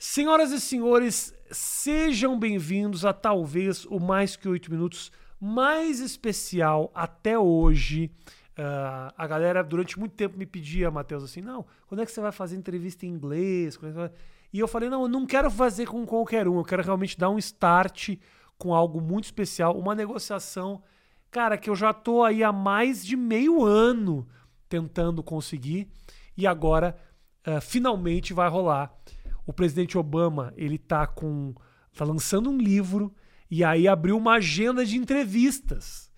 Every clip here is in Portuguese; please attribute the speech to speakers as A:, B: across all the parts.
A: Senhoras e senhores, sejam bem-vindos a talvez o Mais Que Oito Minutos mais especial até hoje. Ah, a galera durante muito tempo me pedia, Matheus, assim, não, quando é que você vai fazer entrevista em inglês? Quando é que você vai-" E eu falei, não, eu não quero fazer com qualquer um, eu quero realmente dar um start com algo muito especial, uma negociação, cara, que eu já tô aí há mais de meio ano tentando conseguir e agora ah, finalmente vai rolar. O presidente Obama, ele tá com tá lançando um livro e aí abriu uma agenda de entrevistas.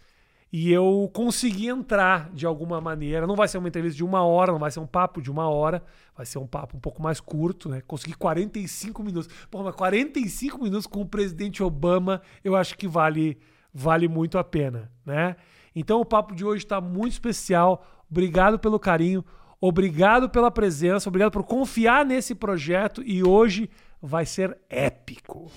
A: E eu consegui entrar de alguma maneira. Não vai ser uma entrevista de uma hora, não vai ser um papo de uma hora. Vai ser um papo um pouco mais curto, né? Consegui 45 minutos. Pô, mas 45 minutos com o presidente Obama, eu acho que vale, vale muito a pena, né? Então o papo de hoje está muito especial. Obrigado pelo carinho, obrigado pela presença, obrigado por confiar nesse projeto. E hoje vai ser épico.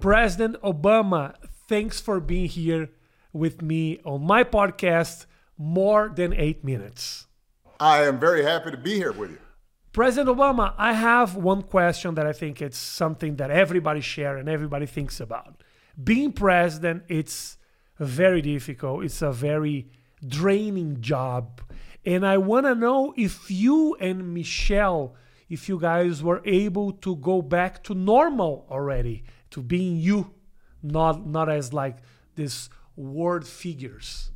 A: President Obama, thanks for being here with me on my podcast, More Than Eight Minutes.
B: I am very happy to be here with you.
A: President Obama, I have one question that I think it's something that everybody share and everybody thinks about. Being president, it's very difficult. It's a very draining job. And I want to know if you and Michelle, if you guys were able to go back to normal already, to being you, not not as like this word figures.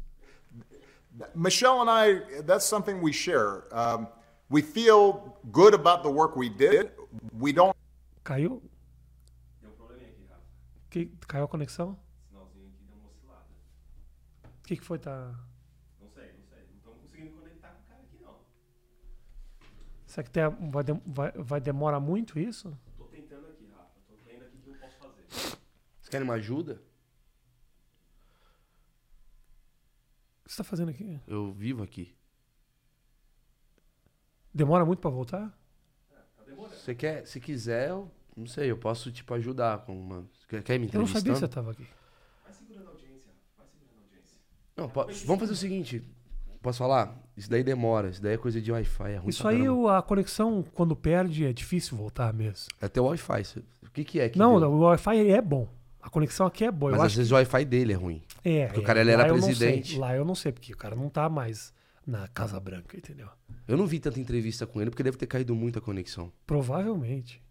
B: Michelle and I, that's something we share. Um, we feel good about the work we did. We don't
A: Caiu?
C: um
A: Que, caiu a conexão?
C: sinalzinho aqui deu uma oscilada.
A: O que, que foi? Tá...
C: Não sei, não sei. Não estamos conseguindo conectar com o cara aqui, não.
A: Será que tem, a- vai, dem- vai, vai demorar muito isso?
C: Tô tentando aqui, Rafa. Tô vendo aqui o que eu posso fazer.
D: Vocês querem uma ajuda?
A: O que você tá fazendo aqui?
D: Eu vivo aqui.
A: Demora muito pra voltar?
D: Você quer, se quiser, eu não sei, eu posso tipo ajudar com uma. Você Quer, quer me
A: Eu não sabia que
D: entrevistando?
A: você tava aqui.
C: Vai segurando a audiência, Rafa. Vai segurando a audiência.
D: Não, po- vamos fazer o seguinte. Posso falar? Isso daí demora, isso daí é coisa de Wi-Fi, é ruim
A: Isso
D: pra
A: aí,
D: caramba.
A: o- a conexão, quando perde, é difícil voltar mesmo.
D: É teu Wi-Fi. cê- O que que é que
A: não,
D: deu?
A: o Wi-Fi ele é bom. A conexão aqui é boa.
D: Mas
A: eu
D: às
A: acho
D: vezes o Wi-Fi dele é ruim.
A: que é.
D: porque o
A: é.
D: cara, ele era
A: Lá eu não sei.
D: presidente.
A: Lá eu não sei, porque o cara não tá mais na Casa Branca, entendeu?
D: Eu não vi tanta entrevista com ele porque deve ter caído muita conexão.
A: Provavelmente.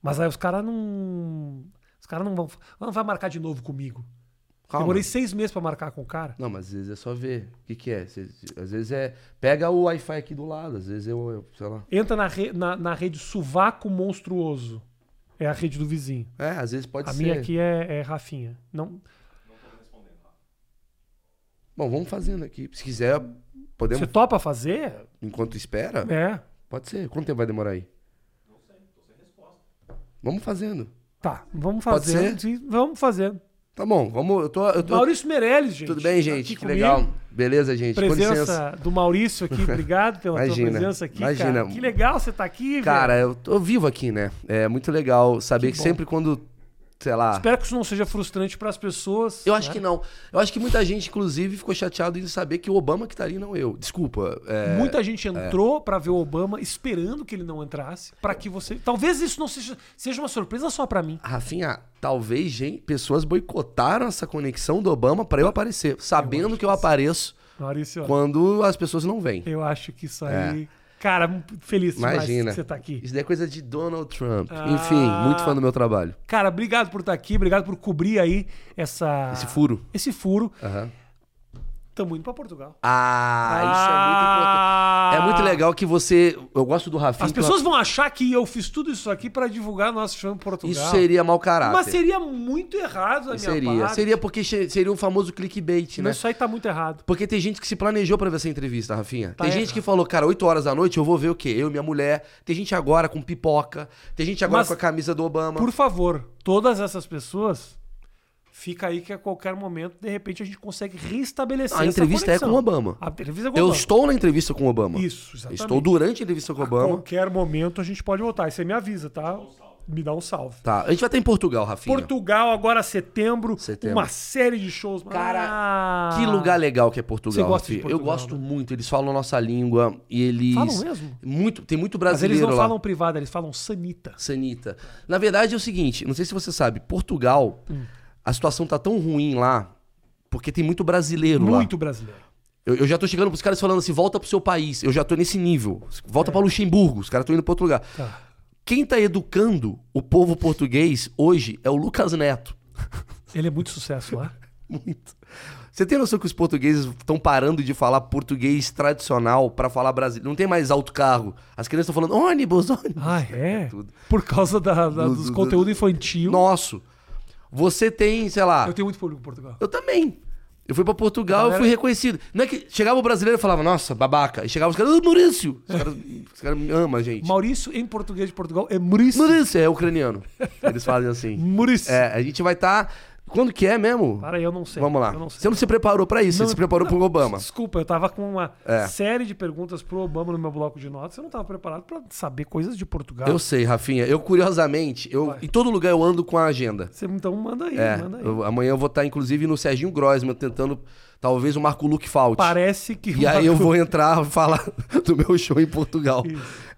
A: Mas aí os caras não. Os caras não vão. Não vai marcar de novo comigo.
D: Calma.
A: Demorei seis meses pra marcar com o cara.
D: Não, mas às vezes é só ver. O que que é? Cê- às vezes é pega o Wi-Fi aqui do lado, às vezes eu, eu- sei lá.
A: Entra na, re- na, na rede Suvaco Monstruoso. É a rede do vizinho.
D: É, às vezes pode
A: a
D: ser.
A: minha aqui é, é Rafinha. Não,
D: Bom, vamos fazendo aqui. Se quiser, podemos
A: Você topa fazer?
D: enquanto espera?
A: É.
D: Pode ser. Quanto tempo vai demorar aí? Não sei, tô sem resposta. Vamos fazendo.
A: Tá, vamos
D: Pode
A: fazer. Vamos fazer.
D: Tá bom, vamos. Eu tô. Eu tô
A: Maurício Meirelles, gente.
D: tudo bem,
A: tá
D: gente?
A: aqui
D: Que
A: comigo.
D: legal. Beleza, gente. Com licença.
A: Presença do Maurício aqui, obrigado pela tua
D: Imagina,
A: presença aqui, cara.
D: imagina.
A: Que legal você tá aqui, velho.
D: Cara, eu tô vivo aqui, né? É muito legal saber
A: Que
D: que,
A: bom.
D: sempre quando. Sei lá.
A: Espero que isso não seja frustrante pras pessoas. né?
D: Eu acho que não. Eu acho que muita gente, inclusive, ficou chateado em saber que o Obama que tá ali, não eu. Desculpa. é,
A: Muita gente entrou pra ver o Obama esperando que ele não entrasse, pra que você. Talvez isso não seja, seja uma surpresa só pra mim.
D: Rafinha, talvez gente, pessoas boicotaram essa conexão do Obama pra eu aparecer, sabendo que eu apareço
A: Maurício,
D: quando as pessoas não vêm.
A: eu acho que isso aí. Cara, feliz demais
D: Imagina.
A: que você tá aqui.
D: Isso daí é coisa de Donald Trump.
A: Ah.
D: Enfim, muito fã do meu trabalho.
A: Cara, obrigado por estar aqui, obrigado por cobrir aí essa
D: Esse furo.
A: Esse furo.
D: Aham.
A: Tamo indo pra Portugal.
D: Ah, isso é muito importante. É muito legal que você. Eu gosto do Rafinha.
A: Ah! As
D: que eu-
A: pessoas vão achar que eu fiz tudo isso aqui pra divulgar nosso show em Portugal.
D: Isso seria mau caráter.
A: Mas seria muito errado a minha
D: seria.
A: parte.
D: Seria porque che- seria um famoso clickbait,
A: Não,
D: né?
A: Isso aí tá muito errado.
D: Porque tem gente que se planejou pra ver essa entrevista, Rafinha.
A: Tá
D: tem
A: errado.
D: gente que falou, cara, 8 horas da noite eu vou ver o quê? Eu e minha mulher. Tem gente agora com pipoca. Tem gente agora
A: Mas-
D: com a camisa do Obama.
A: Por favor, todas essas pessoas, fica aí que a qualquer momento, de repente, a gente consegue restabelecer
D: A
A: essa
D: entrevista é
A: conexão.
D: com o Obama.
A: A entrevista é com o
D: Eu
A: Obama.
D: estou na entrevista com o Obama.
A: Isso, exatamente.
D: Estou durante a entrevista com o
A: A
D: Obama.
A: qualquer momento a gente pode voltar. Aí você me avisa, tá? me dá um salve.
D: Tá, a gente vai estar em Portugal, Rafinha.
A: Portugal, agora setembro,
D: Setembro.
A: uma série de shows.
D: Cara,
A: Ah!
D: Que lugar legal que é Portugal.
A: Você gosta de
D: Rafinha.
A: Portugal,
D: Eu gosto
A: né?
D: muito, eles falam nossa língua e eles.
A: Falam mesmo?
D: Muito, tem muito
A: Mas eles
D: brasileiro
A: não
D: lá.
A: falam privada, eles falam sanita.
D: Sanita. Na verdade é o seguinte, não sei se você sabe, Portugal,
A: Hum.
D: a situação tá tão ruim lá, porque tem muito brasileiro lá.
A: Muito brasileiro.
D: Eu, eu já tô chegando pros caras falando assim, volta pro seu país. Eu já tô nesse nível. Volta
A: É.
D: pra Luxemburgo, os caras estão indo pra outro lugar. Quem tá educando o povo português hoje é o Lucas Neto.
A: Ele é muito sucesso lá.
D: Muito. Você tem noção que os portugueses estão parando de falar português tradicional pra falar brasileiro? Não tem mais alto carro. As crianças estão falando ônibus, ônibus.
A: Ah, é?
D: tudo.
A: Por causa da, da-
D: Do-
A: dos
D: do-
A: conteúdo infantil.
D: Nosso. Você tem, sei lá.
A: Eu tenho muito público em Portugal.
D: Eu também. Eu fui pra Portugal e
A: Galera-
D: fui reconhecido. Não é que chegava o brasileiro e falava, nossa, babaca. E chegava os caras, ô Maurício. Os caras, os caras me amam, a gente.
A: Maurício, em português de Portugal, é Maurício.
D: Maurício é ucraniano. Eles fazem assim.
A: Maurício.
D: é, a gente vai estar. Quando que é mesmo?
A: Para aí, eu não sei.
D: Vamos lá.
A: Eu não
D: Você
A: sei.
D: não se preparou pra isso,
A: Não,
D: você se preparou pro Obama.
A: Desculpa, eu tava com uma
D: É.
A: série de perguntas pro Obama no meu bloco de notas. Eu não tava preparado pra saber coisas de Portugal.
D: Eu sei, Rafinha. Eu, curiosamente, eu,
A: Tá. Vai.
D: em todo lugar eu ando com a agenda.
A: Você, então manda aí,
D: É,
A: manda aí.
D: eu- amanhã eu vou estar, inclusive, no Serginho Grossman, tentando, talvez, o Marco Luque Fault.
A: Parece que.
D: E aí eu vou entrar e falar do meu show em Portugal.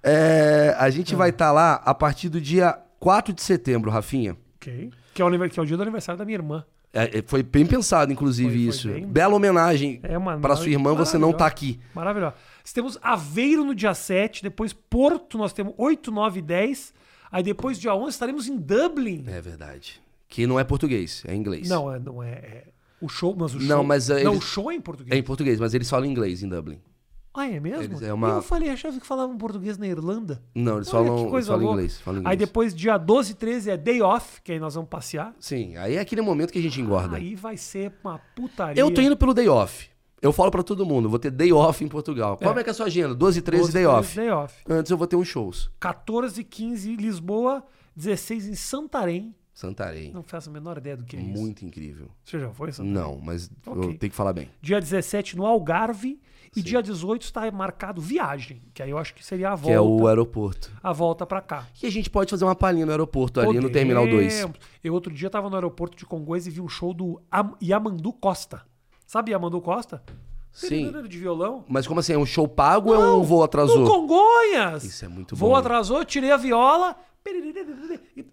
D: É, a gente vai estar lá a partir do dia 4 de setembro, Rafinha.
A: Ok. Que é, o, aniver- que é o dia do aniversário da minha irmã.
D: É, é, foi bem pensado, inclusive,
A: Foi- foi
D: isso.
A: bem-
D: Bela homenagem
A: É uma
D: para sua irmã, você não tá
A: maravilhosa.
D: aqui.
A: Maravilhosa. Temos Aveiro no dia 7, depois Porto, nós temos 8, 9 e 10. Aí depois, dia 11, estaremos em Dublin.
D: É verdade. Que não é português, é inglês.
A: Não, é, não é, é- O show, mas o show.
D: Não, mas, é,
A: Não,
D: eles-
A: o show é em
D: É
A: português.
D: em português, mas eles falam inglês em Dublin.
A: Ah, é mesmo?
D: Eles- é uma-
A: Eu falei, achava que falavam português na Irlanda.
D: Não, eles
A: Olha,
D: falam,
A: que
D: eles
A: coisa
D: falam
A: louca.
D: inglês, falam
A: Aí
D: inglês.
A: depois, dia 12 e 13, é day off, que aí nós vamos passear.
D: Sim, aí é aquele momento que a gente engorda.
A: Aí vai ser uma putaria.
D: Eu tô indo pelo day off. Eu falo pra todo mundo, vou ter day off em Portugal. Como é que é a sua agenda? 12 e 13
A: 12,
D: day
A: 13,
D: off.
A: Day off.
D: Antes eu vou ter uns shows.
A: 14 e 15 em Lisboa, 16 em Santarém.
D: Santarém.
A: Não faço a menor ideia do que é isso.
D: Muito incrível.
A: Você já foi, em Santarém?
D: Não, mas eu
A: Ok.
D: tenho que falar bem.
A: Dia 17 no Algarve e dia 18 está marcado viagem, que aí eu acho que seria a volta.
D: Que é o aeroporto.
A: A volta pra cá.
D: E a gente pode fazer uma palhinha no aeroporto ali no Terminal 2.
A: Podemos. Eu outro dia tava no aeroporto de Congonhas e vi um show do Am- Yamandu Costa. Sabe Yamandu Costa?
D: Sim.
A: De violão.
D: Mas como assim? É um show pago ou é um voo
A: No
D: atrasou?
A: Congonhas!
D: Isso é muito
A: Voo
D: bom.
A: atrasou, tirei a viola. e-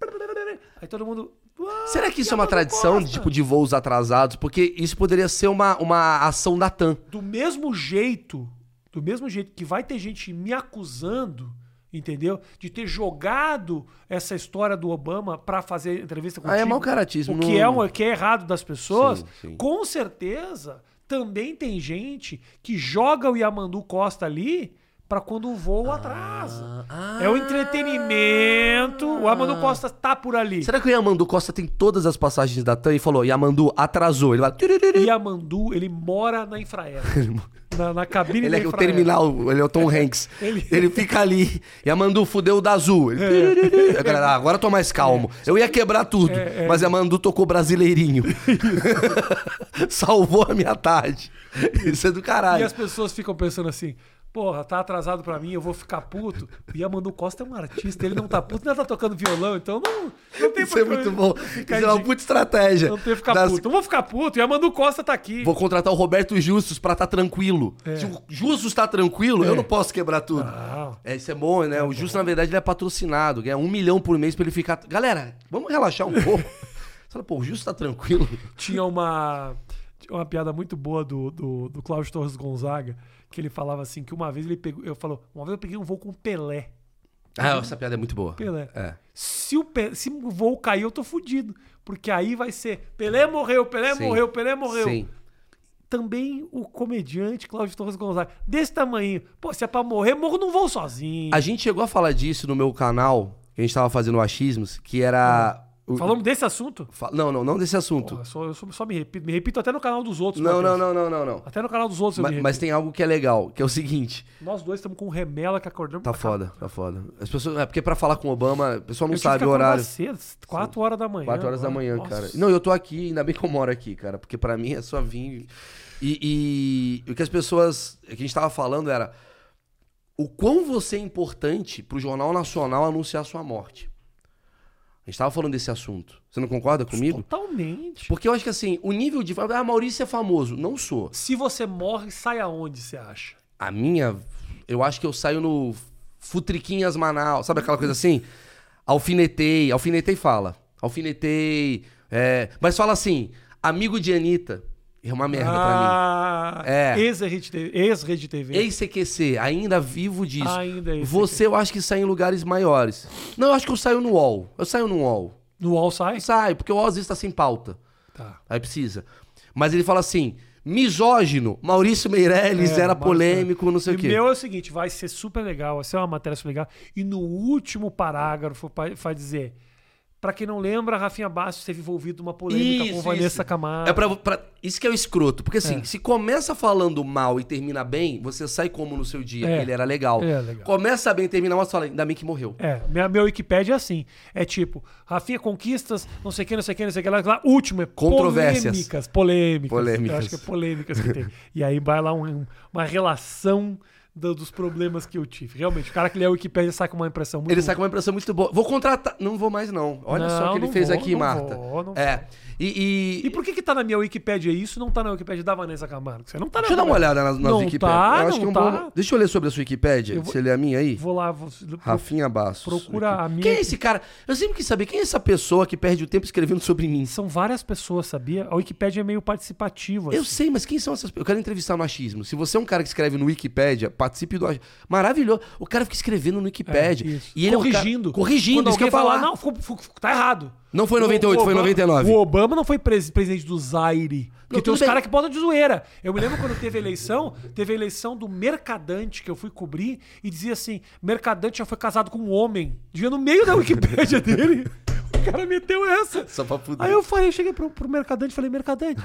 A: Aí todo mundo. "Uau,
D: Será que isso é uma
A: Yamandu
D: tradição
A: Costa!"
D: tipo, de voos atrasados? Porque isso poderia ser uma, uma ação da TAM.
A: do mesmo jeito, do mesmo jeito que vai ter gente me acusando, entendeu? De ter jogado essa história do Obama pra fazer entrevista contigo.
D: Ah, é mau caratismo,
A: O que,
D: não-
A: é, um- o que é errado das pessoas.
D: Sim, sim.
A: Com certeza, também tem gente que joga o Yamandu Costa ali pra quando o voo atrasa.
D: ah.
A: é o entretenimento. O Yamandu Costa tá por ali.
D: Será que o Yamandu Costa tem todas as passagens da TAM e falou, Yamandu, atrasou? Ele vai...
A: E Yamandu, ele mora na Infraero. na, na cabine
D: Ele
A: da
D: é o
A: Infraero.
D: terminal, ele é o Tom Hanks. ele...
A: Ele-
D: fica ali. E a Mandu fudeu o da azul.
A: É.
D: Ele... A galera, ah, agora eu tô mais calmo. Eu ia quebrar tudo, mas a Mandu tocou brasileirinho. Salvou a minha tarde. Isso é do
A: E
D: caralho.
A: as pessoas ficam pensando assim: porra, tá atrasado pra mim, eu vou ficar puto. E a Manu Costa é um artista, ele não tá puto, ele tá tocando violão, então não, não tem
D: Isso é
A: por que
D: muito bom. Isso
A: ficar
D: é uma
A: de-
D: puta estratégia.
A: Não tem que ficar
D: Das-
A: puto. Não vou ficar puto, e a Manu Costa tá aqui.
D: Vou contratar o Roberto Justus pra tá tranquilo.
A: É.
D: Se o Justus tá tranquilo, eu não posso quebrar tudo.
A: Não.
D: É, isso é bom, né? o Justo, na verdade, ele é patrocinado, ganha um milhão por mês pra ele ficar. Galera, vamos relaxar um pouco. Você fala, pô, o Justo tá tranquilo.
A: Tinha uma. tinha Uma piada muito boa do, do, do Cláudio Torres Gonzaga, que ele falava assim, que uma vez ele pegou. Eu falou, uma vez eu peguei um voo com o Pelé.
D: Ah, essa piada é muito boa.
A: Pelé.
D: É.
A: Se o, Pe- se o voo cair, eu tô fudido. Porque aí vai ser Pelé morreu, Pelé
D: Sim.
A: morreu, Pelé morreu.
D: Sim.
A: também o comediante Cláudio Torres Gonzaga. Desse tamanho. Pô, se é pra morrer, morro num voo sozinho.
D: A gente chegou a falar disso no meu canal, que a gente tava fazendo o achismos, que era. o-
A: Falamos desse assunto?
D: Fa- Não, não, não desse assunto.
A: Ah. Porra, só, eu só, só me repito. Me repito até no canal dos outros.
D: não, não,
A: Matheus.
D: não, não, não, não.
A: Até no canal dos outros eu
D: Mas,
A: me
D: mas
A: repito.
D: tem algo que é legal, que é o seguinte.
A: Nós dois estamos com remela que acordamos.
D: Tá foda, tá foda. As pessoas. É porque pra falar com o Obama, o pessoal não
A: Eu tive
D: sabe
A: que
D: o
A: acordar
D: horário.
A: Cedo, 4 horas da manhã.
D: 4 horas da
A: agora.
D: manhã,
A: Nossa.
D: cara. Não, eu tô aqui, ainda bem que eu moro aqui, cara, porque pra mim é só vir. E, e o que as pessoas. O que a gente tava falando era. O quão você é importante pro Jornal Nacional anunciar sua morte. A gente tava falando desse assunto. Você não concorda comigo?
A: Totalmente.
D: Porque eu acho que assim, o nível de. Ah, Maurício é famoso. Não sou.
A: Se você morre, sai aonde, você acha?
D: A minha. Eu acho que eu saio no Futriquinhas Manaus. Sabe aquela coisa assim? Alfinetei. Alfinetei fala. Alfinetei. é, Mas fala assim, amigo de Anitta. É uma merda
A: Ah,
D: É.
A: ex-rede TV. Ex-rede
D: pra mim.
A: TV.
D: Ex-CQC, ainda vivo disso.
A: Ainda é
D: Você, eu acho que sai em lugares maiores. Não, eu acho que eu saio no UOL. Eu saio no UOL.
A: No All Sai?
D: Eu saio, porque o UOL às vezes tá sem pauta.
A: Tá.
D: Aí precisa. Mas ele fala assim: misógino, Maurício Meirelles era polêmico, não sei o
A: É, E
D: quê.
A: meu é o seguinte, vai ser super legal, vai ser uma matéria super legal. E no último parágrafo pa- vai dizer... Pra quem não lembra, Rafinha Bastos teve envolvido numa polêmica tá com Vanessa Camargo.
D: É pra, pra- isso que é o escroto. Porque assim, se começa falando mal e termina bem, você sai como no seu dia.
A: É.
D: Ele era legal.
A: Ele era legal.
D: Começa bem e termina mal, você fala, ainda bem que morreu.
A: É, minha, meu Wikipedia é assim. É tipo, Rafinha conquistas, não sei o que, não sei o que, não sei o que lá. lá, Último é
D: Controvérsias.
A: polêmicas. Polêmicas.
D: Polêmicas.
A: Eu acho que é polêmicas que tem. E aí vai lá um- uma relação do- dos problemas que eu tive. Realmente, o cara que lê a Wikipedia sai com uma impressão muito
D: Ele sai com uma impressão muito boa. Vou contratar. Não vou mais, não. Olha só o
A: Não,
D: que ele
A: não
D: fez
A: vou,
D: aqui,
A: não
D: Marta.
A: vou, não
D: é. E. e-
A: E por que que tá na minha Wikipédia isso e não tá na Wikipédia da Vanessa Camargo? Você não tá na
D: Deixa eu dar uma olhada nas, nas
A: Não
D: Wikipédia.
A: tá,
D: eu acho
A: não
D: que é um
A: tá.
D: bom- Deixa eu ler sobre a sua Wikipédia.
A: Eu vou-
D: Você lê é a minha aí?
A: Vou lá, vou...
D: Rafinha Bastos.
A: Procura a minha
D: Quem é
A: aqui.
D: esse cara? Eu sempre quis saber quem é essa pessoa que perde o tempo escrevendo sobre mim.
A: São várias pessoas, sabia? A Wikipédia é meio participativa.
D: Eu
A: assim.
D: sei, mas quem são essas pessoas? Eu quero entrevistar no achismo. Se você é um cara que escreve no Wikipédia, participe do achismo. Maravilhoso. O cara fica escrevendo no Wikipédia.
A: Isso.
D: e ele é um cara-
A: corrigindo.
D: corrigindo,
A: Quando
D: isso que eu ia
A: alguém
D: falar.
A: Não, ficou- ficou- ficou- tá errado.
D: Não foi em 98,
A: O
D: foi em 99.
A: O Obama não foi pres- presidente do Zaire. Porque
D: Não, tudo
A: tem uns
D: bem.
A: caras que botam de zoeira. Eu me lembro quando teve a eleição, teve a eleição do Mercadante, que eu fui cobrir, e dizia assim: Mercadante já foi casado com um homem. Devia no meio da Wikipédia dele. O cara meteu essa.
D: Só pra fuder.
A: Aí eu falei, cheguei pro, pro Mercadante e falei, Mercadante,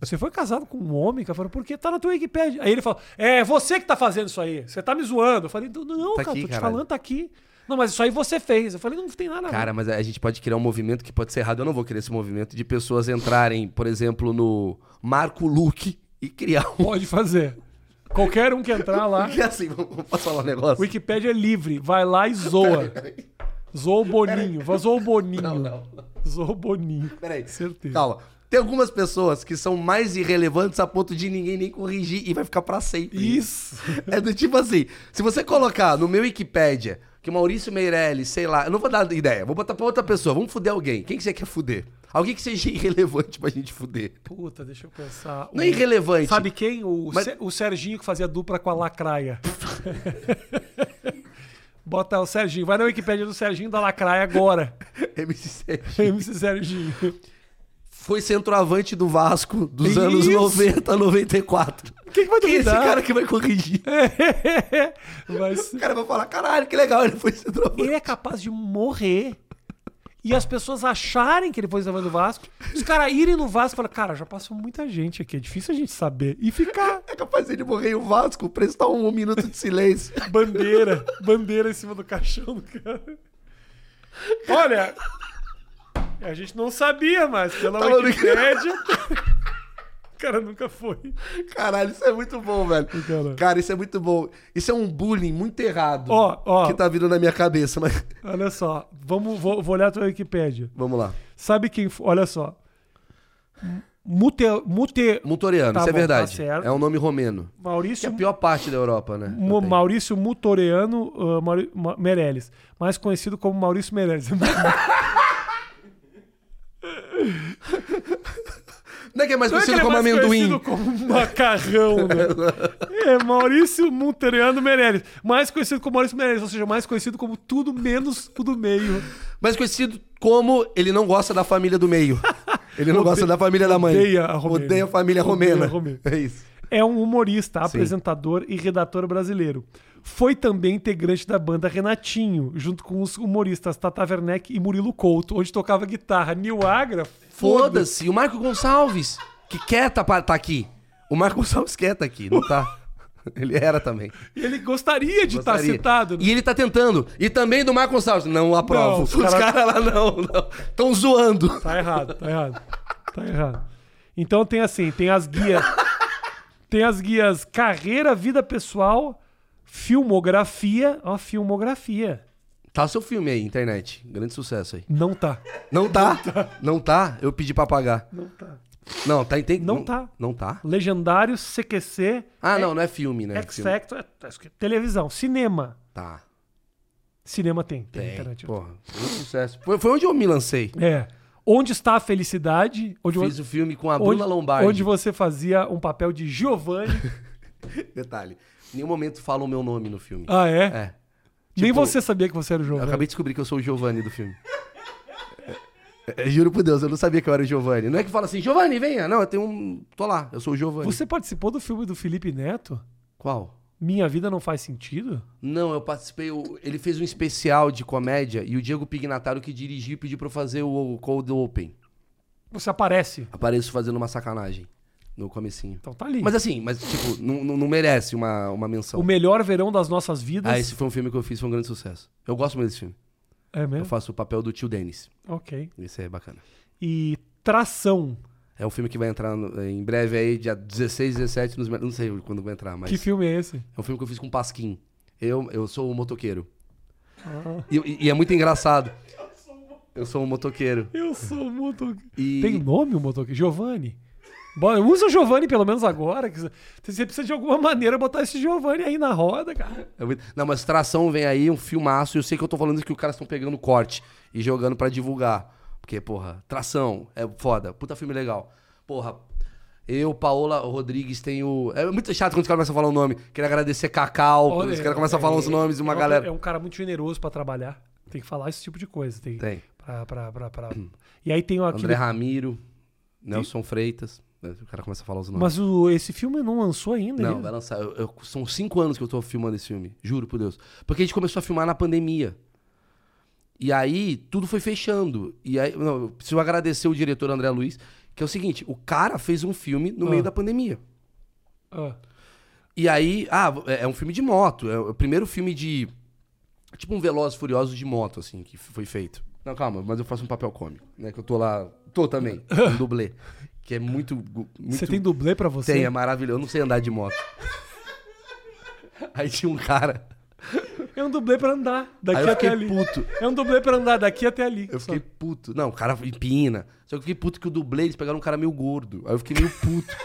A: você foi casado com um homem? Cara, falou, por quê? Tá na tua Wikipedia. Aí ele falou, é você que tá fazendo isso aí. Você tá me zoando. Eu falei, não, não,
D: Tá
A: cara,
D: aqui,
A: tô te
D: caralho.
A: falando, tá aqui. Não, mas isso aí você fez. Eu falei, não tem nada a ver.
D: Cara, mas a gente pode criar um movimento que pode ser errado. Eu não vou criar esse movimento de pessoas entrarem, por exemplo, no Marco Luque e criar um.
A: Pode fazer. Qualquer um que entrar lá,
D: Porque assim, vamos- posso falar um negócio?
A: Wikipédia é livre. Vai lá e zoa. Zoa o Boninho. Vai zoa o Boninho.
D: Não, não.
A: Zoa o Boninho.
D: Peraí.
A: Certeza.
D: Calma. Tem algumas pessoas que são mais irrelevantes a ponto de ninguém nem corrigir e vai ficar pra sempre.
A: Isso.
D: É do tipo assim, se você colocar no meu Wikipédia que Maurício Meirelles, sei lá, eu não vou dar ideia, vou botar pra outra pessoa, vamos fuder alguém. Quem que você quer fuder? Alguém que seja irrelevante pra gente fuder.
A: Puta, deixa eu pensar. Um
D: Não é irrelevante.
A: Sabe quem? O,
D: Mas-
A: Se- o Serginho que fazia dupla com a Lacraia. Bota o Serginho. Vai na Wikipédia do Serginho da Lacraia agora.
D: MC Serginho.
A: MC Serginho.
D: foi centroavante do Vasco dos
A: Isso.
D: anos 90 a 94.
A: Quem que vai
D: Quem é esse
A: duvidar?
D: cara que vai corrigir?
A: É. Mas
D: O cara vai falar, caralho, que legal, ele foi centroavante.
A: ele é capaz de morrer e as pessoas acharem que ele foi examinando do Vasco. Os caras irem no Vasco e falar, cara, já passou muita gente aqui, é difícil a gente saber. E ficar
D: É capaz dele morrer e o Vasco, prestar um minuto de silêncio.
A: bandeira, bandeira em cima do caixão do cara. Olha, a gente não sabia, mas pela
D: Tava no-
A: Wikipédia... O cara nunca foi.
D: Caralho, isso é muito bom, velho.
A: Caralho.
D: Cara, isso é muito bom. Isso é um bullying muito errado
A: Ó, ó.
D: que tá vindo na minha cabeça, mas
A: Olha só, vamos, vou, vou olhar a tua Wikipédia.
D: vamos lá.
A: Sabe quem... f- Olha só. Mute, mute,
D: Mutoriano,
A: Tá
D: isso é
A: bom,
D: verdade.
A: tá certo.
D: é um nome romeno. Que é
A: Maurício...
D: a pior parte da Europa, né?
A: Mo- Maurício Mutoreano uh, Mauri- Ma- Meirelles, mais conhecido como Maurício Meirelles. Não
D: Não é que é mais
A: é que
D: conhecido
A: ele é
D: como
A: mais
D: amendoim.
A: conhecido como um macarrão, né? É, Maurício Mutoreano Meirelles, mais conhecido como Maurício Meirelles, ou seja, mais conhecido como tudo menos o do meio.
D: Mas conhecido como ele não gosta da família do meio. Ele não gosta da família da mãe.
A: odeia a romena.
D: Odeia a família
A: Odeia
D: romena.
A: a romena.
D: É isso.
A: É um humorista, apresentador e redator brasileiro. Foi também integrante da banda Renatinho, junto com os humoristas Tata Werneck e Murilo Couto, onde tocava guitarra. Nil Agra, foda-se.
D: Foda-se. O Marco Gonçalves, que quer tá, pa- tá aqui. O Marco Gonçalves quer tá aqui, não tá? Ele era também.
A: Ele gostaria de estar
D: Gostaria.
A: citado. né?
D: E ele tá tentando. E também do Marco Gonçalves. Não aprovo.
A: Não,
D: os
A: os
D: caras tá
A: cara-
D: lá não, não. Tão zoando.
A: Tá errado, tá errado. Tá errado. Então tem assim, tem as guias. Tem as guias carreira, vida pessoal, filmografia. Ó, filmografia.
D: Tá seu filme aí, internet. Grande sucesso aí.
A: Não tá.
D: Não tá. Não tá? Eu pedi pra pagar.
A: Não tá.
D: Não, tá. Tem,
A: Não tá.
D: Não tá?
A: Legendário, CQC,
D: Ah, não, não é filme, né?
A: X
D: Filme.
A: Factor, é- é- televisão, cinema.
D: Tá.
A: Cinema tem, tem,
D: Tem.
A: internet.
D: Porra, grande sucesso. Foi, foi onde eu me lancei.
A: É. Onde está a felicidade? Onde
D: Fiz
A: vo-
D: o filme com a
A: onde,
D: Bruna Lombardi.
A: onde você fazia um papel de Giovanni.
D: Detalhe. Em nenhum momento fala o meu nome no filme.
A: ah, é?
D: É.
A: Nem
D: tipo-
A: você sabia que você era o
D: Eu
A: Giovanni.
D: acabei de descobrir que eu sou o Giovanni do filme. É, é, juro por Deus, eu não sabia que eu era o Giovanni. Não é que fala assim, Giovanni, venha. Não, eu tenho um. Tô lá, eu sou o Giovanni.
A: Você participou do filme do Felipe Neto?
D: Qual?
A: Minha Vida Não Faz Sentido?
D: Não, eu participei. o- Ele fez um especial de comédia e o Diego Pignatário que dirigiu pediu pra eu fazer o, o Cold Open.
A: Você aparece.
D: Apareço fazendo uma sacanagem no comecinho.
A: Então tá ali.
D: Mas assim, mas tipo, não, não- não merece uma, uma menção.
A: O melhor verão das nossas vidas.
D: Ah, esse foi um filme que eu fiz, foi um grande sucesso. Eu gosto muito desse filme.
A: É
D: Eu
A: mesmo?
D: faço o papel do tio Dennis.
A: Ok.
D: Esse é bacana.
A: E Tração.
D: É um filme que vai entrar no- em breve aí, dia 16, 17, nos, não sei quando vai entrar, mas.
A: Que filme é esse?
D: É um filme que eu fiz com o Pasquim. Eu, eu sou o motoqueiro.
A: Ah.
D: E- E, e é muito engraçado. Eu sou o motoqueiro.
A: Eu sou o motoqueiro.
D: E-
A: Tem nome o motoqueiro? Giovanni? Bora, usa o Giovanni pelo menos agora. que Você precisa de alguma maneira botar esse Giovanni aí na roda, cara.
D: É muito- Não, mas Tração vem aí, um filmaço. Eu sei que eu tô falando que os caras estão pegando corte e jogando pra divulgar. Porque, porra, Tração é foda. Puta filme legal. Porra, eu, Paola Rodrigues, tenho... É muito chato quando os caras começam a falar o nome. Queria agradecer Cacau.
A: Olha,
D: os caras começam a falar os nomes de uma
A: é
D: galera...
A: É um cara muito generoso pra trabalhar. Tem que falar esse tipo de coisa. Tem.
D: Tem.
A: Pra, pra, pra, pra- E aí tem
D: André
A: aquele.
D: Ramiro, Nelson Freitas. né, O cara começa a falar os nomes.
A: Mas o- esse filme não lançou ainda, é
D: Não,
A: ele-
D: vai lançar. Eu- eu- são cinco anos que eu tô filmando esse filme, juro por Deus. Porque a gente começou a filmar na pandemia. E aí, tudo foi fechando. E aí, não, eu preciso agradecer o diretor André Luiz, que é o seguinte: o cara fez um filme no
A: Ah.
D: meio da pandemia.
A: Ah,
D: E aí, ah, é é um filme de moto. É o primeiro filme de. Tipo um Veloz Furioso de moto, assim, que foi feito. Não, calma, mas eu faço um papel cômico, né? Que eu tô lá. Tô também, um dublê. Que é muito. muito
A: Você tem dublê pra você?
D: tem, é maravilhoso. Eu não sei andar de moto. Aí tinha um cara.
A: É um dublê pra andar
D: Aí
A: daqui
D: eu
A: até
D: fiquei
A: ali.
D: puto.
A: É um dublê pra andar daqui até ali.
D: Eu
A: Só.
D: fiquei puto. Não, o cara empina. Só que eu fiquei puto que o dublê, eles pegaram um cara meio gordo. Aí eu fiquei meio puto.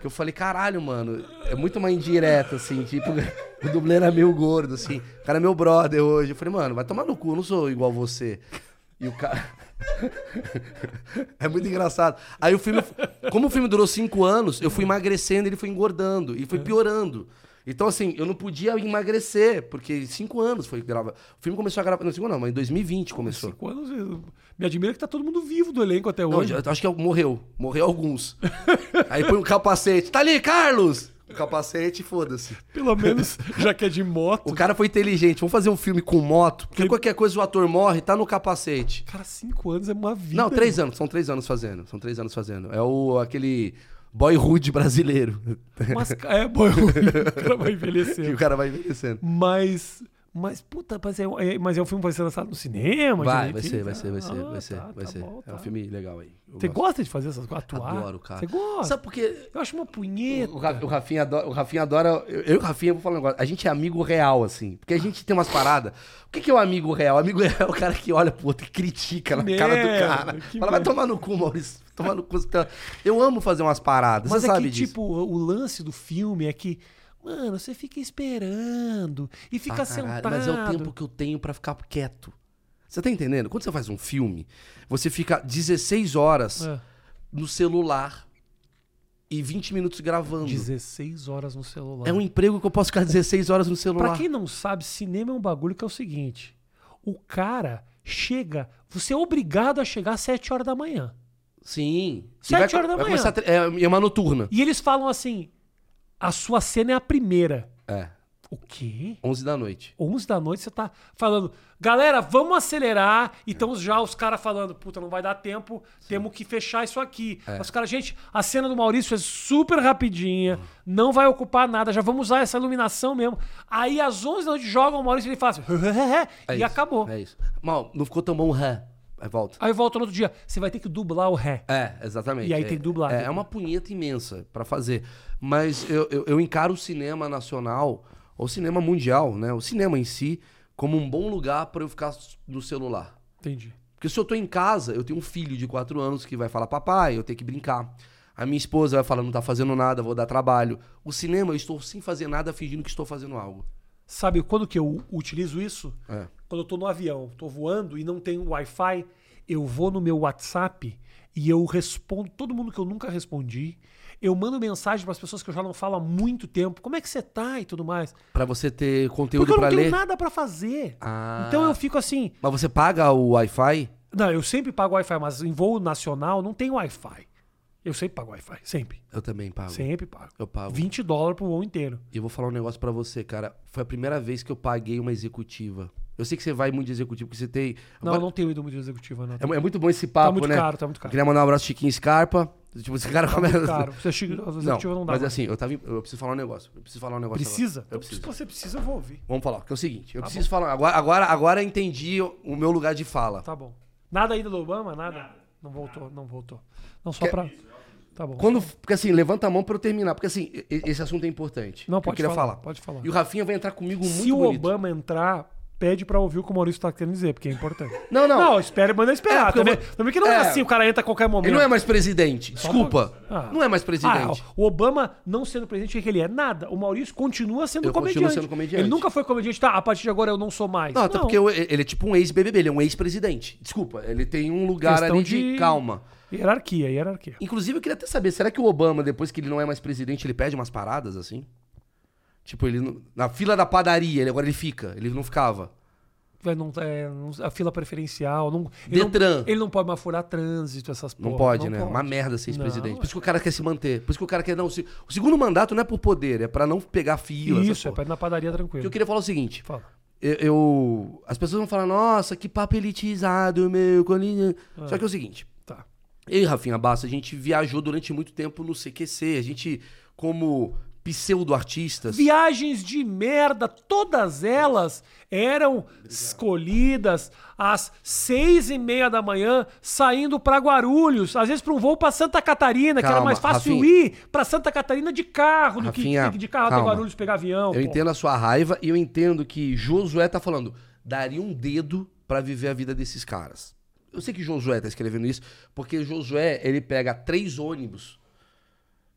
D: Que eu falei, caralho, mano, é muito uma indireta, assim, tipo, o dublê era meio gordo, assim, o cara é meu brother hoje. Eu falei, mano, vai tomar no cu, eu não sou igual você. E o cara. é muito engraçado. Aí o filme. Como o filme durou cinco anos, eu fui emagrecendo, ele foi engordando, e foi piorando. Então, assim, eu não podia emagrecer, porque cinco anos foi grava. O filme começou a gravar. Não, cinco não, mas em 2020 começou.
A: Cinco anos, eu- Me admira que tá todo mundo vivo do elenco até
D: Não,
A: hoje.
D: eu acho que é morreu. Morreu alguns. Aí põe um capacete. Tá ali, Carlos! O capacete, foda-se.
A: Pelo menos, já que é de moto.
D: O cara foi inteligente. Vamos fazer um filme com moto? Porque qualquer coisa o ator morre, tá no capacete.
A: Cara, cinco anos é uma vida.
D: Não, três anos. São três anos fazendo. São três anos fazendo. É o aquele boyhood brasileiro.
A: Mas é bom, o cara vai
D: que
A: envelhecer.
D: o cara vai envelhecendo.
A: Mas. Mas, puta, mas é, é- mas é um filme que vai ser lançado no cinema?
D: Vai, vai ser,
A: direitinho,
D: vai ser, vai
A: tá?
D: ser,
A: Ah,
D: vai ser.
A: tá,
D: vai
A: tá
D: ser.
A: bom,
D: É um
A: tá.
D: filme legal aí. Eu
A: Você
D: gosto.
A: gosta de fazer essas coisas? Atuar?
D: Adoro, cara.
A: Você gosta?
D: Sabe por quê?
A: Eu acho uma
D: O,
A: punheta.
D: Ra- o Rafinha adora. O Rafinha adora eu, eu e o Rafinha, vou falar um negócio. A gente é amigo real, assim. Porque a gente tem umas paradas. O que, que é o amigo real? O amigo real é o cara que olha pro outro e critica na
A: Que
D: cara
A: merda,
D: do cara.
A: que
D: Fala, vai
A: merda."
D: tomar no cu, Maurício. Tomar no cu. você tá- Eu amo fazer umas paradas.
A: Mas
D: você
A: é
D: sabe
A: que,
D: disso.
A: tipo, o lance do filme é que, mano, você fica esperando e fica
D: Pra caralho,
A: sentado.
D: Mas é o tempo que eu tenho pra ficar quieto. Você tá entendendo? Quando você faz um filme, você fica 16 horas
A: É.
D: no celular e 20 minutos gravando.
A: 16 horas no celular.
D: É um emprego que eu posso ficar 16 horas no celular.
A: Pra quem não sabe, cinema é um bagulho que é o seguinte: o cara chega, você é obrigado a chegar às 7 horas da manhã.
D: Sim. E
A: Sete
D: vai-
A: horas da
D: vai
A: manhã.
D: começar a tre- é, é uma noturna.
A: E eles falam assim: a sua cena é a primeira.
D: É,
A: O quê?
D: 11 da noite.
A: 11 da noite você tá falando, galera, vamos
D: É.
A: acelerar. Então já os caras falando, puta, não vai dar tempo, temos que fechar isso aqui.
D: É.
A: Mas os caras, gente, a cena do Maurício é super rapidinha,
D: Uhum.
A: não vai ocupar nada, já vamos usar essa iluminação mesmo. Aí às 11 da noite jogam o Maurício e ele faz,
D: É
A: e
D: isso,
A: acabou.
D: É isso. Mal, não ficou tão bom o ré. Aí volta.
A: Aí volta no outro dia, você vai ter que dublar o ré.
D: É, exatamente.
A: E aí
D: É-
A: tem dublagem.
D: É, é uma punheta imensa pra fazer. Mas eu, eu, eu encaro o cinema nacional, ou cinema mundial, né? O cinema em si, como um bom lugar pra eu ficar no celular.
A: Entendi.
D: Porque se eu tô em casa, eu tenho um filho de 4 anos que vai falar, papai, eu tenho que brincar. A minha esposa vai falar, não tá fazendo nada, vou dar trabalho. O cinema, eu estou sem fazer nada, fingindo que estou fazendo algo.
A: Sabe quando que eu utilizo isso?
D: É.
A: Quando eu tô no avião, tô voando e não tem um Wi-Fi, eu vou no meu WhatsApp e eu respondo todo mundo que eu nunca respondi. Eu mando mensagem para as pessoas que eu já não falo há muito tempo. Como é que você tá e tudo mais?
D: Pra você ter
A: Porque
D: conteúdo
A: eu
D: pra
A: não tenho
D: ler.
A: nada para fazer.
D: Ah.
A: Então eu fico assim,
D: Mas você paga o Wi-Fi?
A: não, eu sempre pago Wi-Fi, mas em voo nacional não tem Wi-Fi. Eu sempre pago Wi-Fi, sempre.
D: Eu também pago.
A: Sempre pago.
D: Eu pago.
A: 20 dólares pro voo inteiro.
D: E eu vou falar um negócio pra você, cara. Foi a primeira vez que eu paguei uma executiva. Eu sei que você vai muito de executiva, porque você tem.
A: Não,
D: Agora-
A: eu não tenho ido muito de executiva, não.
D: É, mu- é muito bom esse papo,
A: muito
D: né?
A: caro, tá muito caro.
D: Eu queria mandar um abraço, Chiquinho Scarpa. Tipo, esse cara começa.
A: muito caro. Você é chique, executiva não dá
D: mas
A: mais.
D: assim, eu, tava, em- eu preciso falar um negócio. Eu preciso falar um negócio.
A: Precisa? Tá
D: Agora. Eu preciso.
A: Se você precisa, eu vou ouvir.
D: Vamos falar, que é o seguinte. Eu preciso falar. Agora, agora, agora eu entendi o meu lugar de fala.
A: Tá bom. Nada ainda do Obama? Nada? Não voltou, não voltou. Não, só pra. Tá bom.
D: Quando, porque assim, levanta a mão pra eu terminar. Porque assim, e- e- esse assunto é importante.
A: Não,
D: Eu
A: pode
D: queria
A: falar,
D: falar.
A: pode falar.
D: E o Rafinha vai entrar comigo muito
A: Se o
D: bonito.
A: Obama entrar, pede pra ouvir o que o Maurício tá querendo dizer, porque é importante.
D: Não, não.
A: Não, espere, manda esperar.
D: É, porque eu
A: também,
D: vou-
A: também que não é,
D: é.
A: assim, o cara entra a qualquer momento.
D: Ele não é mais presidente. Desculpa.
A: Ah.
D: Não é mais
A: Ah,
D: presidente.
A: o Obama não sendo presidente, o que que ele é? Nada. O Maurício continua sendo,
D: Eu
A: comediante.
D: continuo sendo comediante.
A: Ele nunca foi comediante, tá? A partir de agora eu não sou mais.
D: Não, até porque eu- ele é tipo um ex-BBB, ele é um ex-presidente. Desculpa, ele tem um lugar
A: Questão
D: ali de...
A: de-
D: calma.
A: Hierarquia, hierarquia.
D: Inclusive, eu queria até saber, será que o Obama, depois que ele não é mais presidente, ele pede umas paradas assim? Tipo, ele não- na fila da padaria, ele agora ele fica, ele não ficava.
A: Vai, não, é, não- a fila preferencial. Não, ele,
D: Detran.
A: Não, ele não pode mais furar trânsito, essas
D: Não
A: porra,
D: pode, né? Uma merda ser ex-presidente. Por isso que o cara quer se manter. Por isso que o cara quer não. se- O segundo mandato não é por poder, é pra não pegar fila. essas
A: Isso, é
D: porra.
A: pra ir na padaria
D: Porque
A: tranquilo.
D: eu queria falar é o seguinte:
A: Fala.
D: eu, eu- As pessoas vão falar, nossa, que papo elitizado, meu. colinha."
A: Ah.
D: Só que é o seguinte.
A: Tá.
D: Eu e Rafinha Bassa, a gente viajou durante muito tempo no CQC. A gente, como pseudo-artistas.
A: Viagens de merda, todas elas eram escolhidas às seis e meia da manhã, saindo pra Guarulhos, às vezes pra um voo pra Santa Catarina, que era
D: Calma,
A: mais fácil
D: Rafinha.
A: ir pra Santa Catarina de carro do
D: Rafinha,
A: que de carro até
D: calma.
A: Guarulhos pegar avião.
D: Eu
A: pô.
D: entendo a sua raiva e eu entendo que Josué tá falando, daria um dedo pra viver a vida desses caras. Eu sei que Josué tá escrevendo isso, porque Josué, ele pega três ônibus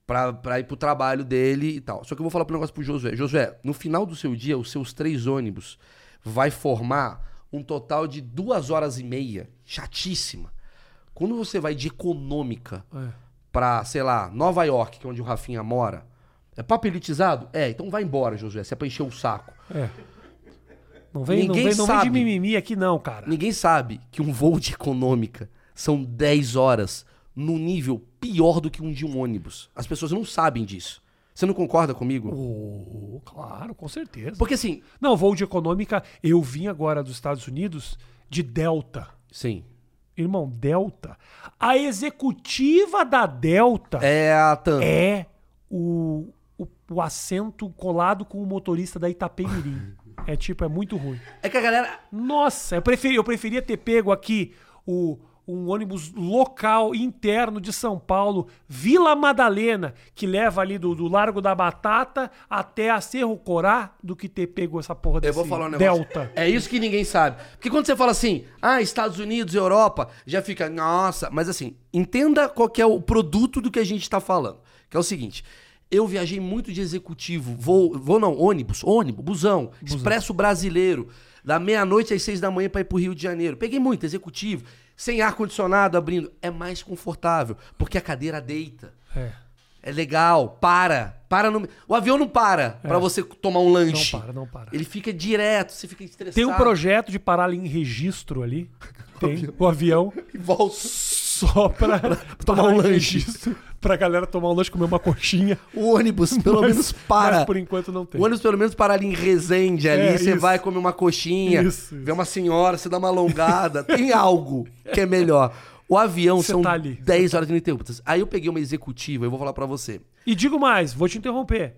D: pra, pra ir pro trabalho dele e tal. Só que eu vou falar um negócio pro Josué. Josué, no final do seu dia, os seus três ônibus vai formar um total de duas horas e meia. Chatíssima. Quando você vai de econômica
A: É.
D: pra, sei lá, Nova York, que é onde o Rafinha mora. É papo elitizado? É, então vai embora, Josué, se é pra encher o saco.
A: é. Não vem, não
D: Ninguém
A: vem, não vem de
D: sabe.
A: mimimi aqui não, cara.
D: Ninguém sabe que um voo de econômica são 10 horas num nível pior do que um de um ônibus. As pessoas não sabem disso. Você não concorda comigo?
A: Ô, claro, com certeza.
D: Porque assim,
A: Não, voo de econômica, eu vim agora dos Estados Unidos de Delta.
D: sim.
A: Irmão, Delta. A executiva da Delta é,
D: É a TAM.
A: o, o, o assento colado com o motorista da Itapemirim. é tipo, é muito ruim.
D: É que a galera.
A: Nossa, eu, preferi, eu preferia ter pego aqui o, um ônibus local, interno de São Paulo, Vila Madalena, que leva ali do, do Largo da Batata até a Cerro Corá, do que ter pego essa porra desse
D: Eu vou falar um negócio.
A: Delta.
D: É isso que ninguém sabe. Porque quando você fala assim, ah, Estados Unidos, Europa, já fica, nossa. Mas assim, entenda qual que é o produto do que a gente tá falando. Que é o seguinte. Eu viajei muito de executivo, vou, vou não, ônibus, ônibus, busão, expresso brasileiro, da meia-noite às seis da manhã pra ir pro Rio de Janeiro. Peguei muito executivo, sem ar-condicionado abrindo. É mais confortável, porque a cadeira deita.
A: É,
D: É legal, para. Para no... O avião não para pra você tomar um lanche.
A: Não para, não para.
D: Ele fica direto, você fica estressado.
A: Tem um projeto de parar ali em registro ali. Tem o avião.
D: E volta.
A: Só pra,
D: tomar um
A: parar em
D: lanche.
A: registro, Pra galera tomar um lanche, comer uma coxinha.
D: O ônibus pelo
A: Mas-
D: menos para.
A: mas por enquanto não tem.
D: O ônibus pelo menos para ali em Resende, ali
A: É,
D: você
A: isso.
D: vai comer uma coxinha,
A: Isso,
D: vê
A: isso.
D: uma senhora, você dá uma alongada, tem algo que é melhor. O avião
A: Você
D: são
A: tá ali.
D: 10 horas e 30 minutos. Aí eu peguei uma executiva, eu vou falar pra você.
A: E digo mais, vou te interromper.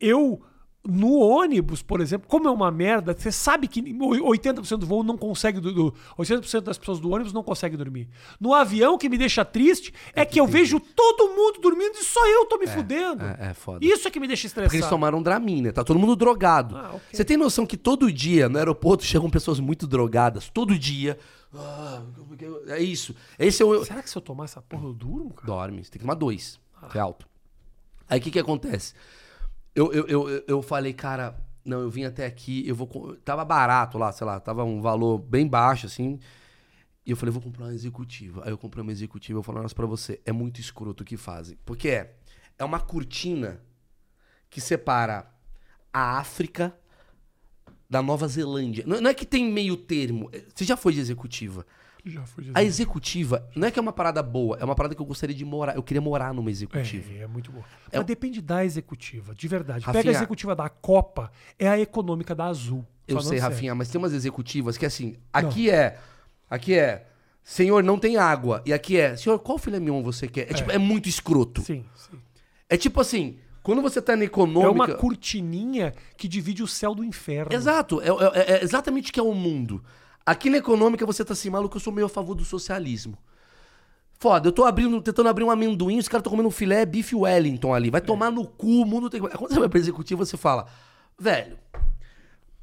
A: Eu No ônibus, por exemplo, como é uma merda, você sabe que 80% do voo não consegue. Do, do- 80% das pessoas do ônibus não conseguem dormir. No avião, o que me deixa triste é, que, eu vejo todo mundo dormindo e só eu tô me fudendo.
D: é, é foda.
A: Isso é que me deixa
D: Porque
A: estressado.
D: eles tomaram um Dramin, né? Tá todo mundo drogado.
A: Ah, ok.
D: Você tem noção que todo dia no aeroporto chegam pessoas muito drogadas? Todo dia. Ah, é isso. Esse é o.
A: Será que se eu tomar essa porra eu durmo, cara?
D: Dorme, você tem que tomar dois. Que é alto. Aí o que que acontece? Eu, eu, eu, eu- eu falei, cara, não, eu vim até aqui, eu vou. co- Tava barato lá, sei lá, tava um valor bem baixo, assim. E eu falei, vou comprar uma executiva. Aí eu comprei uma executiva, eu falei, nossa, pra você, é muito escroto o que fazem. Porque é, é uma cortina que separa a África da Nova Zelândia. Não, não é que tem meio termo. é, Você já foi de executiva.
A: Já fui de
D: A executiva não é que é uma parada boa, é uma parada que eu gostaria de morar. Eu queria morar numa executiva.
A: É, é muito bom.
D: É
A: Mas
D: um-
A: depende da executiva, de verdade. Pega
D: Rafinha-
A: a executiva da Copa, é a econômica da Azul.
D: eu
A: Falando
D: sei,
A: sério.
D: Rafinha, mas tem umas executivas que assim, aqui é. Aqui é. Senhor, não tem água. E aqui é, senhor, qual filé mignon você quer? É, tipo, é muito escroto.
A: Sim, sim.
D: É tipo assim, quando você tá na
A: É
D: econômica.
A: uma cortininha que divide o céu do inferno.
D: Exato, é, é- é exatamente o que é o mundo. Aqui na econômica você tá assim, maluco, eu sou meio a favor do socialismo. Foda, eu tô abrindo, tentando abrir um amendoim, os caras estão comendo um filé bife Wellington ali.
A: É.
D: Vai tomar no cu, o mundo tem que. Quando você vai pra executiva, você fala, velho.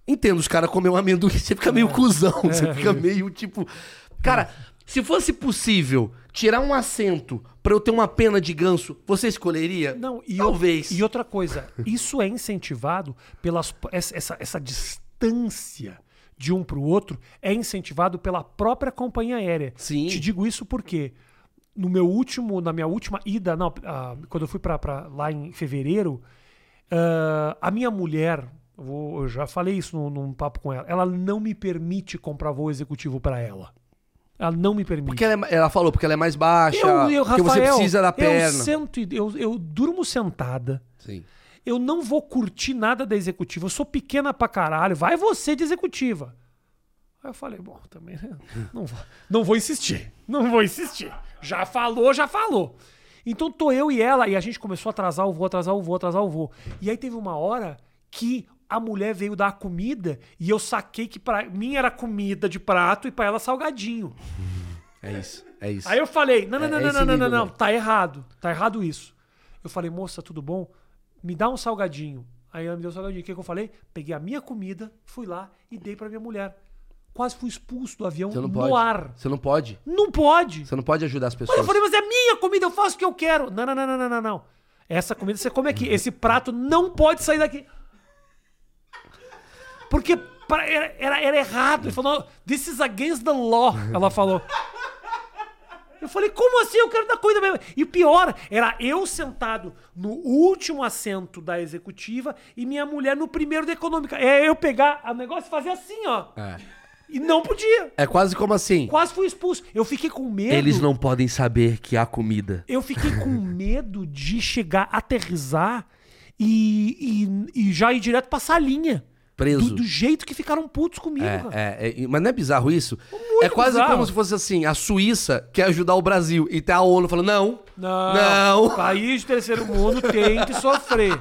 D: Entendo, os caras comer um amendoim, você fica
A: É.
D: meio cuzão, você fica meio tipo. Cara, se fosse possível tirar um assento pra eu ter uma pena de ganso, você escolheria?
A: Não, e,
D: Talvez.
A: e outra coisa, isso é incentivado pelas essa, essa- essa distância de um para o outro é incentivado pela própria companhia aérea.
D: Sim.
A: Te digo isso porque no meu último, na minha última ida, não, ah, quando eu fui para lá em fevereiro, ah, a minha mulher, eu vou- eu já falei isso num, num papo com ela, ela não me permite comprar voo executivo para ela. Ela não me permite.
D: Porque ela, é- ela falou, porque ela é mais baixa,
A: Eu, eu,
D: porque
A: Rafael,
D: você precisa da
A: Eu,
D: perna.
A: sento e- eu, eu durmo sentada.
D: Sim.
A: Eu não vou curtir nada da executiva. Eu sou pequena pra caralho. Vai você de executiva. Aí eu falei, bom, também né? não vou, não vou insistir. Não vou insistir. Já falou, já falou. Então tô eu e ela e a gente começou a atrasar o voo, atrasar o voo, atrasar o voo. E aí teve uma hora que a mulher veio dar a comida e eu saquei que pra mim era comida de prato e pra ela salgadinho.
D: É isso, é isso.
A: Aí eu falei, não, não,
D: É-
A: não,
D: é
A: não,
D: esse
A: não, não, não,
D: nível,
A: não,
D: né?
A: tá errado, tá errado isso. Eu falei, moça, tudo bom? Me dá um salgadinho. Aí ela me deu um salgadinho. O que, que eu falei? Peguei a minha comida, fui lá e dei pra minha mulher. Quase fui expulso do avião
D: Você não
A: no
D: pode.
A: ar.
D: Você não pode.
A: Não pode.
D: Você não pode ajudar as pessoas.
A: Mas eu falei, mas é minha comida, eu faço o que eu quero. Não, não, não, não, não, não, não. Essa comida você come aqui. Esse prato não pode sair daqui. Porque pra- era, era, era errado. Ele falou, this is against the law. Ela falou. Eu falei, como assim? Eu quero dar comida mesmo. E o pior, era eu sentado no último assento da executiva e minha mulher no primeiro da econômica. É eu pegar o negócio e fazer assim, ó. E não podia.
D: É quase como assim.
A: Quase fui expulso. Eu fiquei com medo.
D: Eles não podem saber que há comida.
A: Eu fiquei com medo de chegar, aterrissar e, e, e já ir direto pra salinha.
D: Preso.
A: Do, do jeito que ficaram putos comigo, cara.
D: É, é, é, mas não é bizarro isso?
A: Muito
D: é quase
A: bizarro.
D: como se fosse assim, a Suíça quer ajudar o Brasil e tá a ONU falando, não,
A: Não,
D: não.
A: País do terceiro mundo tem que sofrer.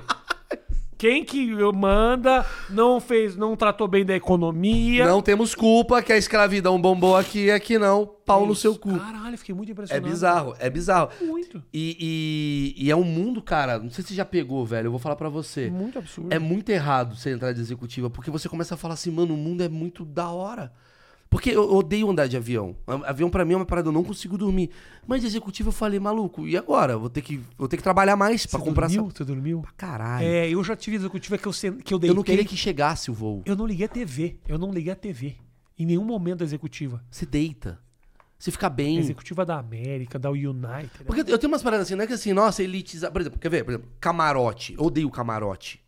A: Quem que manda não fez, não tratou bem da economia.
D: Não temos culpa que a escravidão bombou aqui e aqui não. Pau
A: É
D: no
A: Isso.
D: seu cu.
A: Caralho, eu fiquei muito
D: É
A: impressionado.
D: bizarro, é bizarro.
A: Muito.
D: E, e- e é um mundo, cara, não sei se você já pegou, velho, eu vou falar pra você.
A: Muito absurdo.
D: É muito errado você entrar de executiva, porque você começa a falar assim, mano, o mundo é muito da hora. Porque eu odeio andar de avião. A- Avião pra mim é uma parada, eu não consigo dormir. Mas de executiva eu falei, maluco, e agora? Vou ter que, vou ter que trabalhar mais pra
A: Você
D: comprar
A: dormiu?
D: essa.
A: Você dormiu?
D: Caralho.
A: É, eu já tive executiva que eu, sen- que eu deitei.
D: eu não queria que chegasse o voo.
A: Eu não liguei a TV. Eu não liguei a TV. Em nenhum momento da executiva.
D: Você deita. Você fica bem.
A: Executiva da América, da United.
D: Porque eu tenho umas paradas assim, não é que assim, nossa, elitizar. Por exemplo, quer ver? Por exemplo, camarote. Eu Odeio camarote.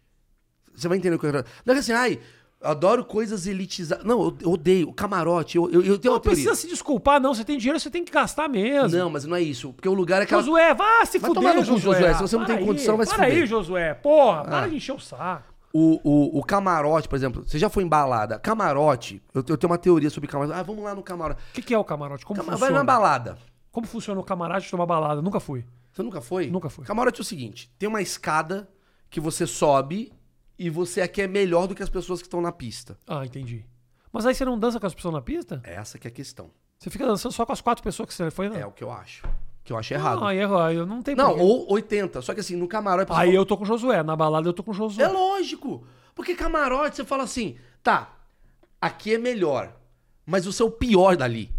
D: Você vai entender o que eu quero falar. Não é que assim, ai, adoro coisas elitizadas. Não, eu- eu odeio. Camarote, eu, eu, eu tenho
A: Não
D: uma teoria.
A: precisa se desculpar, não. Você tem dinheiro, você tem que gastar mesmo.
D: Não, mas não é isso. Porque o lugar é aquela.
A: Josué, vá se
D: Vai
A: fuder,
D: tomar no cu,
A: Josué.
D: Josué. Se você não
A: Para
D: tem
A: aí,
D: condição, vai se
A: Para
D: fuder. Ah.
A: aí, Josué. Porra, para de encher o saco.
D: O, o, o camarote, por exemplo, você já foi em balada. Camarote, eu, eu tenho uma teoria sobre camarote. Ah, vamos lá no camarote.
A: O que, que é o camarote? Como
D: Cama- vai
A: funciona?
D: na balada.
A: Como funciona o camarote de tomar balada? Nunca fui.
D: Você nunca foi?
A: Nunca fui.
D: Camarote é o seguinte: tem uma escada que você sobe e você aqui é melhor do que as pessoas que estão na pista.
A: Ah, entendi. Mas aí você não dança com as pessoas na pista?
D: Essa que é a questão.
A: Você fica dançando só com as quatro pessoas que você foi? né?
D: É o que eu acho. Que eu acho errado.
A: Hum. Não, aí errou. Aí eu não tem
D: Não,
A: porquê.
D: ou 80. Só que assim, no camarote. a pessoa
A: Aí eu tô com o Josué. Na balada eu tô com o Josué.
D: É lógico. Porque camarote, você fala assim, tá, aqui é melhor, mas você é o pior dali.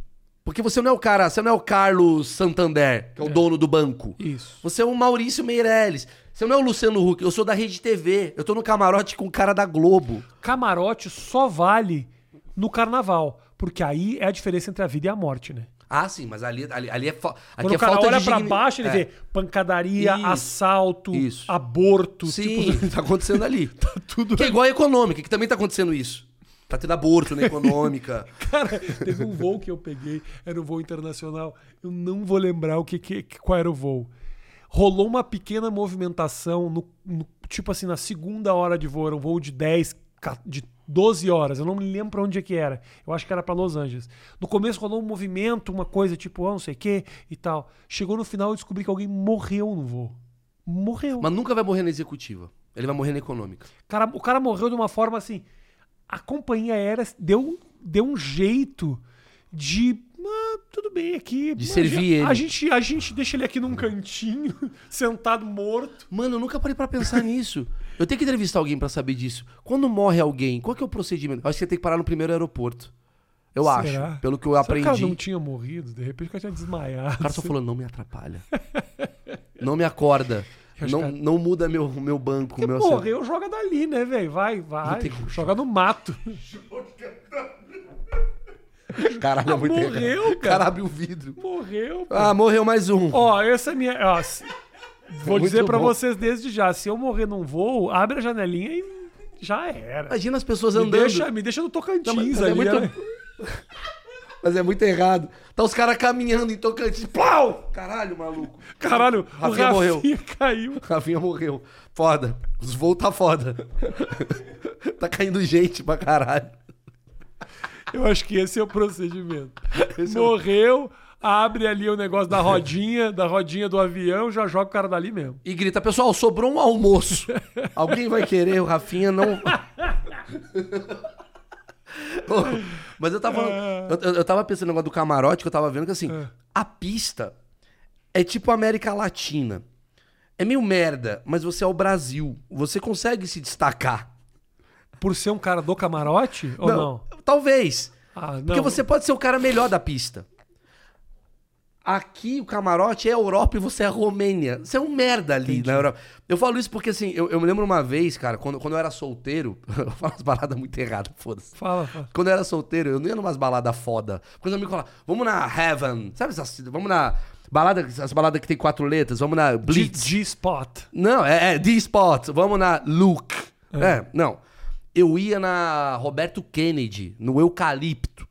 D: Porque você não é o cara, você não é o Carlos Santander, que é o dono do banco.
A: Isso.
D: Você é o Maurício Meirelles. Você não é o Luciano Huck, eu sou da Rede TV. Eu tô no camarote com o cara da Globo.
A: Camarote só vale no carnaval. Porque aí é a diferença entre a vida e a morte, né?
D: Ah, sim, mas ali, ali, ali é, fa... aqui
A: Quando
D: é
A: o cara
D: falta
A: olha
D: de
A: pra
D: digni-
A: baixo, ele
D: é.
A: vê pancadaria,
D: Isso.
A: assalto,
D: Isso.
A: aborto.
D: Sim,
A: Tipo,
D: tá acontecendo ali. tá tudo Que é igual a econômica, que também tá acontecendo isso. Tá tendo aborto na econômica.
A: cara, teve um voo que eu peguei, era um voo internacional. Eu não vou lembrar o que, que qual era o voo. Rolou uma pequena movimentação, no, no- tipo assim, na segunda hora de voo, era um voo de 10, ca- de 12 horas. Eu não me lembro pra onde é que era. Eu acho que era pra Los Angeles. No começo rolou um movimento, uma coisa tipo, ah, não sei o que e tal. Chegou no final eu descobri que alguém morreu no voo. Morreu.
D: Mas nunca vai morrer na executiva. Ele vai morrer na econômica.
A: cara, o cara morreu de uma forma assim. A companhia aérea deu, deu um jeito de. "Ah, tudo bem aqui.
D: De
A: a
D: servir
A: gente-
D: ele.
A: A gente, a gente deixa ele aqui num cantinho, sentado morto.
D: Mano, eu nunca parei pra pensar nisso. Eu tenho que entrevistar alguém pra saber disso. Quando morre alguém, qual que é o procedimento? Eu Acho que você tem que parar no primeiro aeroporto. Eu
A: Será?
D: acho, pelo que eu
A: Será
D: aprendi.
A: Que o cara não tinha morrido, de repente o cara tinha desmaiado.
D: O cara só falou, não me atrapalha. não me acorda. Não, não muda meu, meu banco,
A: Porque
D: meu celular.
A: morreu, joga dali, né, velho? Vai, vai.
D: tem como
A: Joga no mato.
D: Caralho, é muito
A: Ah, morreu,
D: errado.
A: cara.
D: cara abre o vidro.
A: Morreu. pô.
D: Ah, morreu mais um.
A: Ó, essa é minha. ó, se- vou
D: Muito
A: dizer pra
D: bom.
A: vocês desde já: se eu morrer num voo, abre a janelinha e já era.
D: Imagina as pessoas
A: Me
D: andando.
A: deixa, me deixa no Tocantins
D: mas,
A: ali.
D: é muito...
A: né?
D: mas é muito errado. Tá os caras caminhando em Tocantins. Plau! Caralho, maluco.
A: Caralho, o
D: Rafinha
A: Rafinha
D: morreu.
A: caiu.
D: Rafinha morreu. Foda. Os voos tá foda. tá caindo gente pra caralho.
A: Eu acho que esse é o procedimento.
D: é
A: Morreu, abre ali o negócio da rodinha, da rodinha do avião, já joga o cara dali mesmo.
D: E grita, pessoal, sobrou um almoço. Alguém vai querer, o Rafinha não. Pô, Mas eu tava. falando- Eu, eu- eu tava pensando no negócio do camarote, que eu tava vendo que assim, a pista é tipo América Latina. É meio merda, mas você é o Brasil. Você consegue se destacar.
A: Por ser um cara do camarote ou não?
D: Talvez.
A: Ah, não.
D: Porque você pode ser o cara melhor da pista. Aqui o camarote é Europa e você é a Romênia. Você é um merda ali na Europa. Eu falo isso porque, assim, eu, eu me lembro uma vez, cara, quando, quando eu era solteiro, eu falo umas baladas muito erradas, foda-se.
A: Fala, fala.
D: Quando eu era solteiro, eu não ia numas baladas foda. Quando eu me falava, vamos na Heaven, sabe essas. Vamos na. Balada, as baladas que tem quatro letras, vamos na
A: G-
D: Blitz.
A: G-Spot.
D: Não, é, é The Spot. Vamos na Luke. É. não. Eu ia na Roberto Kennedy, no Eucalipto.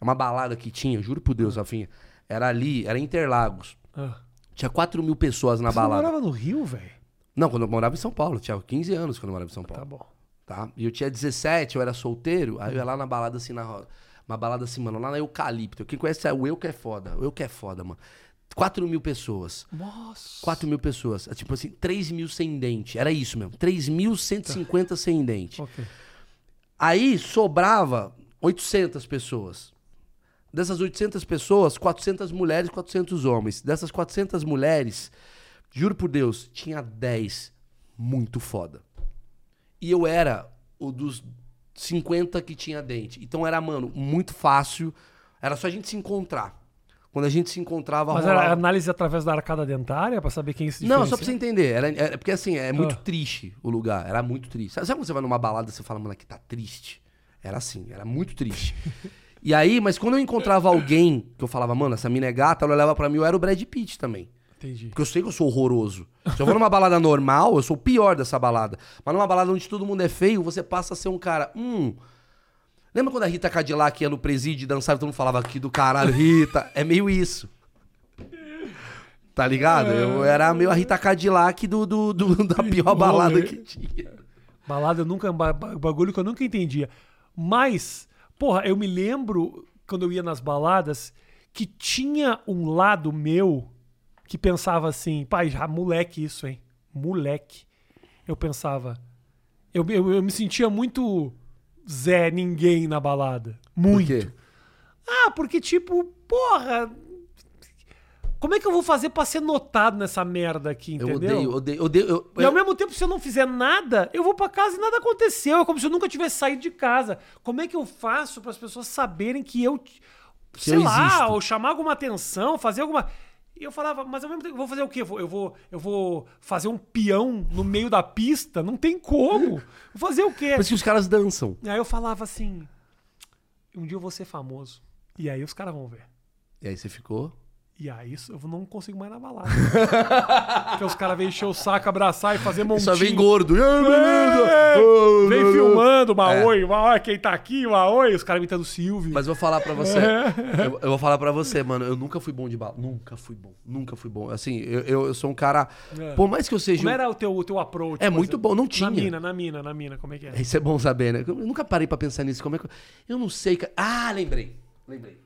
D: É uma balada que tinha, juro por Deus, Rafinha. Era ali, era em Interlagos.
A: Ah.
D: Tinha 4 mil pessoas na
A: Você não
D: balada.
A: morava no Rio, velho?
D: Não, quando eu morava em São Paulo. Tinha 15 anos quando eu morava em São
A: Tá
D: Paulo.
A: bom.
D: Tá? E eu tinha 17, eu era solteiro. Aí eu ia lá na balada assim, na roda. Uma balada assim, mano, lá na Eucalipto. Quem conhece é o Eu que é foda. O Eu que é foda, mano. 4 mil pessoas.
A: Nossa.
D: 4 mil pessoas. É Tipo assim, 3 mil sem dente. Era isso mesmo. 3.150 sem dente.
A: Ok.
D: Aí sobrava 800 pessoas. Dessas 800 pessoas, 400 mulheres, 400 homens. Dessas 400 mulheres, juro por Deus, tinha 10 muito foda. E eu era o dos 50 que tinha dente. Então era, mano, muito fácil. Era só a gente se encontrar. Quando a gente se encontrava,
A: Mas era
D: rolava-
A: análise através da arcada dentária pra saber quem se
D: não, só pra você
A: diferencia?
D: entender. Era, era- porque assim, é muito
A: né? Ah.
D: triste o lugar. Era muito triste. Sabe, sabe quando você vai numa balada e você fala, mano, aqui tá triste? Era assim, era muito triste. e aí, mas quando eu encontrava alguém que eu falava, mano, essa mina é gata, ela olhava pra mim, eu era o Brad Pitt também.
A: Entendi.
D: Porque eu sei que eu sou horroroso. Se eu vou numa balada normal, eu sou o pior dessa balada. Mas numa balada onde todo mundo é feio, você passa a ser um cara. Hum. Lembra quando a Rita Cadillac ia no presídio e dançava e todo mundo falava aqui do caralho, Rita? É meio isso. Tá ligado? Eu era meio a Rita Cadillac do, do, do- da pior balada
A: rolê.
D: que tinha.
A: Balada eu nunca. ba- ba- Bagulho que eu nunca entendia. Mas, porra, eu me lembro quando eu ia nas baladas que tinha um lado meu que pensava assim, pai, já moleque isso, hein? Moleque. Eu pensava, Eu, eu, eu me sentia muito Zé Ninguém na balada. Muito.
D: quê?
A: Ah, porque tipo, porra. Como é que eu vou fazer pra ser notado nessa merda aqui,
D: Eu
A: entendeu?
D: odeio, odeio, odeio. eu-
A: E ao mesmo tempo, se eu não fizer nada, eu vou pra casa e nada aconteceu. É como se eu nunca tivesse saído de casa. Como é que eu faço para as pessoas saberem que eu, sei
D: eu
A: lá,
D: existo.
A: ou chamar alguma atenção, fazer alguma. E eu falava, mas ao mesmo tempo, eu vou fazer o quê? Eu vou, eu vou, eu vou fazer um peão no meio da pista? Não tem como. Vou fazer o quê?
D: Parece que os caras dançam.
A: Aí eu falava assim: um dia eu vou ser famoso. E aí os caras vão ver.
D: E aí você ficou.
A: E aí isso eu não consigo mais na balada. Porque os caras vêm encher o saco, abraçar e fazer montinho.
D: Só vem gordo.
A: É, Vem filmando, Maoi, Maoi, quem tá aqui, Maoi, os caras imitando o Silvio.
D: É. Mas eu vou falar pra você.
A: É.
D: eu, eu vou falar pra você, mano. Eu nunca fui bom de bala. Nunca fui bom. Nunca fui bom. Assim, eu, eu, eu sou um cara. Por mais que eu seja.
A: É. Como
D: um-
A: era o teu, o teu approach?
D: É
A: por
D: muito
A: exemplo?
D: bom, não tinha.
A: Na mina, na mina, na mina, como é que é?
D: Isso é bom saber, né? Eu nunca parei pra pensar nisso. Como é que. eu- Eu não sei. cara. Ah, lembrei. Lembrei.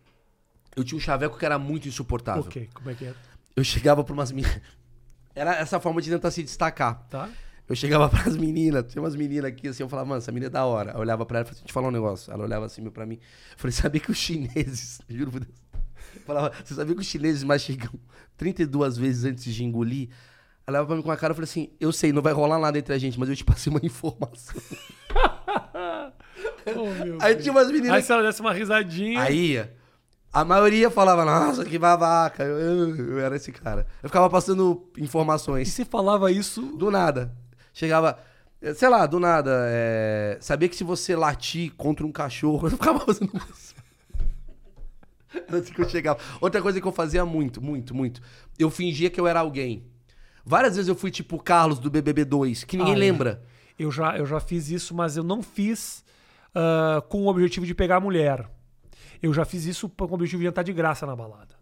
D: Eu tinha um chaveco que era muito insuportável.
A: Ok, como é que é?
D: Eu chegava pra umas meninas. Era essa forma de tentar se destacar.
A: Tá?
D: Eu chegava pras meninas, tinha umas meninas aqui, assim, eu falava, mano, essa menina é da hora. Eu olhava pra ela e falava, deixa eu te falar um negócio. Ela olhava assim, meu, pra mim. Eu falei, sabia que os chineses, juro por Deus. Eu Falava, você sabia que os chineses mastigam 32 vezes antes de engolir? Ela olhava pra mim com uma cara e falou assim, eu sei, não vai rolar nada entre a gente, mas eu te passei uma informação.
A: Oh, meu
D: Aí
A: Deus.
D: tinha umas
A: Aí
D: meninas...
A: se ela desse uma risadinha.
D: Aí, a maioria falava, nossa, que babaca. Eu, eu- eu era esse cara. Eu ficava passando
A: E
D: informações.
A: você falava isso.
D: Do nada. Chegava. eh, Sei lá, do nada. É... Sabia que se você latir contra um cachorro, eu ficava fazendo isso. Era assim que eu chegava. Outra coisa que eu fazia muito, muito, muito. Eu fingia que eu era alguém. Várias vezes eu fui tipo o Carlos do BBB2, que ninguém
A: Ah, é.
D: lembra.
A: Eu já, eu já fiz isso, mas eu não fiz ah, com o objetivo de pegar a mulher. Eu já fiz isso com o objetivo de entrar de graça na balada.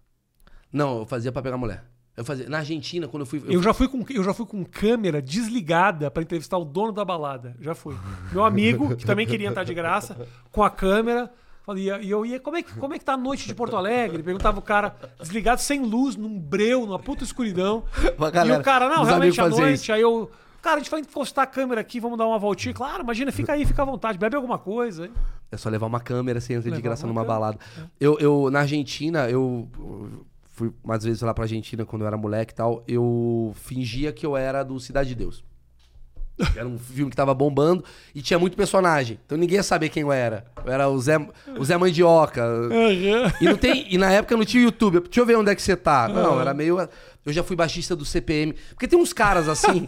D: Não, eu fazia pra pegar mulher. Eu fazia. Na Argentina, quando eu fui. eu
A: Eu já fui com, eu já fui com câmera desligada pra entrevistar o dono da balada. Já fui. Meu amigo, que também queria entrar de graça, com a câmera. Falei, e eu ia, como é, que, como é que tá a noite de Porto Alegre? Perguntava o cara, desligado, sem luz, num breu, numa puta escuridão.
D: Uma galera,
A: e o cara, não,
D: uns amigos
A: realmente à
D: faziam
A: noite.
D: isso.
A: Aí eu, cara, a gente vai encostar a câmera aqui, vamos dar uma voltinha. Claro, imagina, fica aí, fica à vontade, bebe alguma coisa. hein?
D: É só levar uma câmera, você entra de
A: Levar
D: graça
A: uma
D: numa
A: câmera. é.
D: balada. Eu, eu, na Argentina, eu eu fui mais vezes lá pra Argentina quando eu era moleque e tal. Eu fingia que eu era do Cidade de Deus. Era um filme que tava bombando e tinha muito personagem. Então ninguém ia saber quem eu era. Eu era o Zé, o Zé Mandioca. E, não tem, e na época não tinha YouTube. Deixa eu ver onde é que você tá. Não, era meio. Eu já fui baixista do CPM. Porque tem uns caras assim.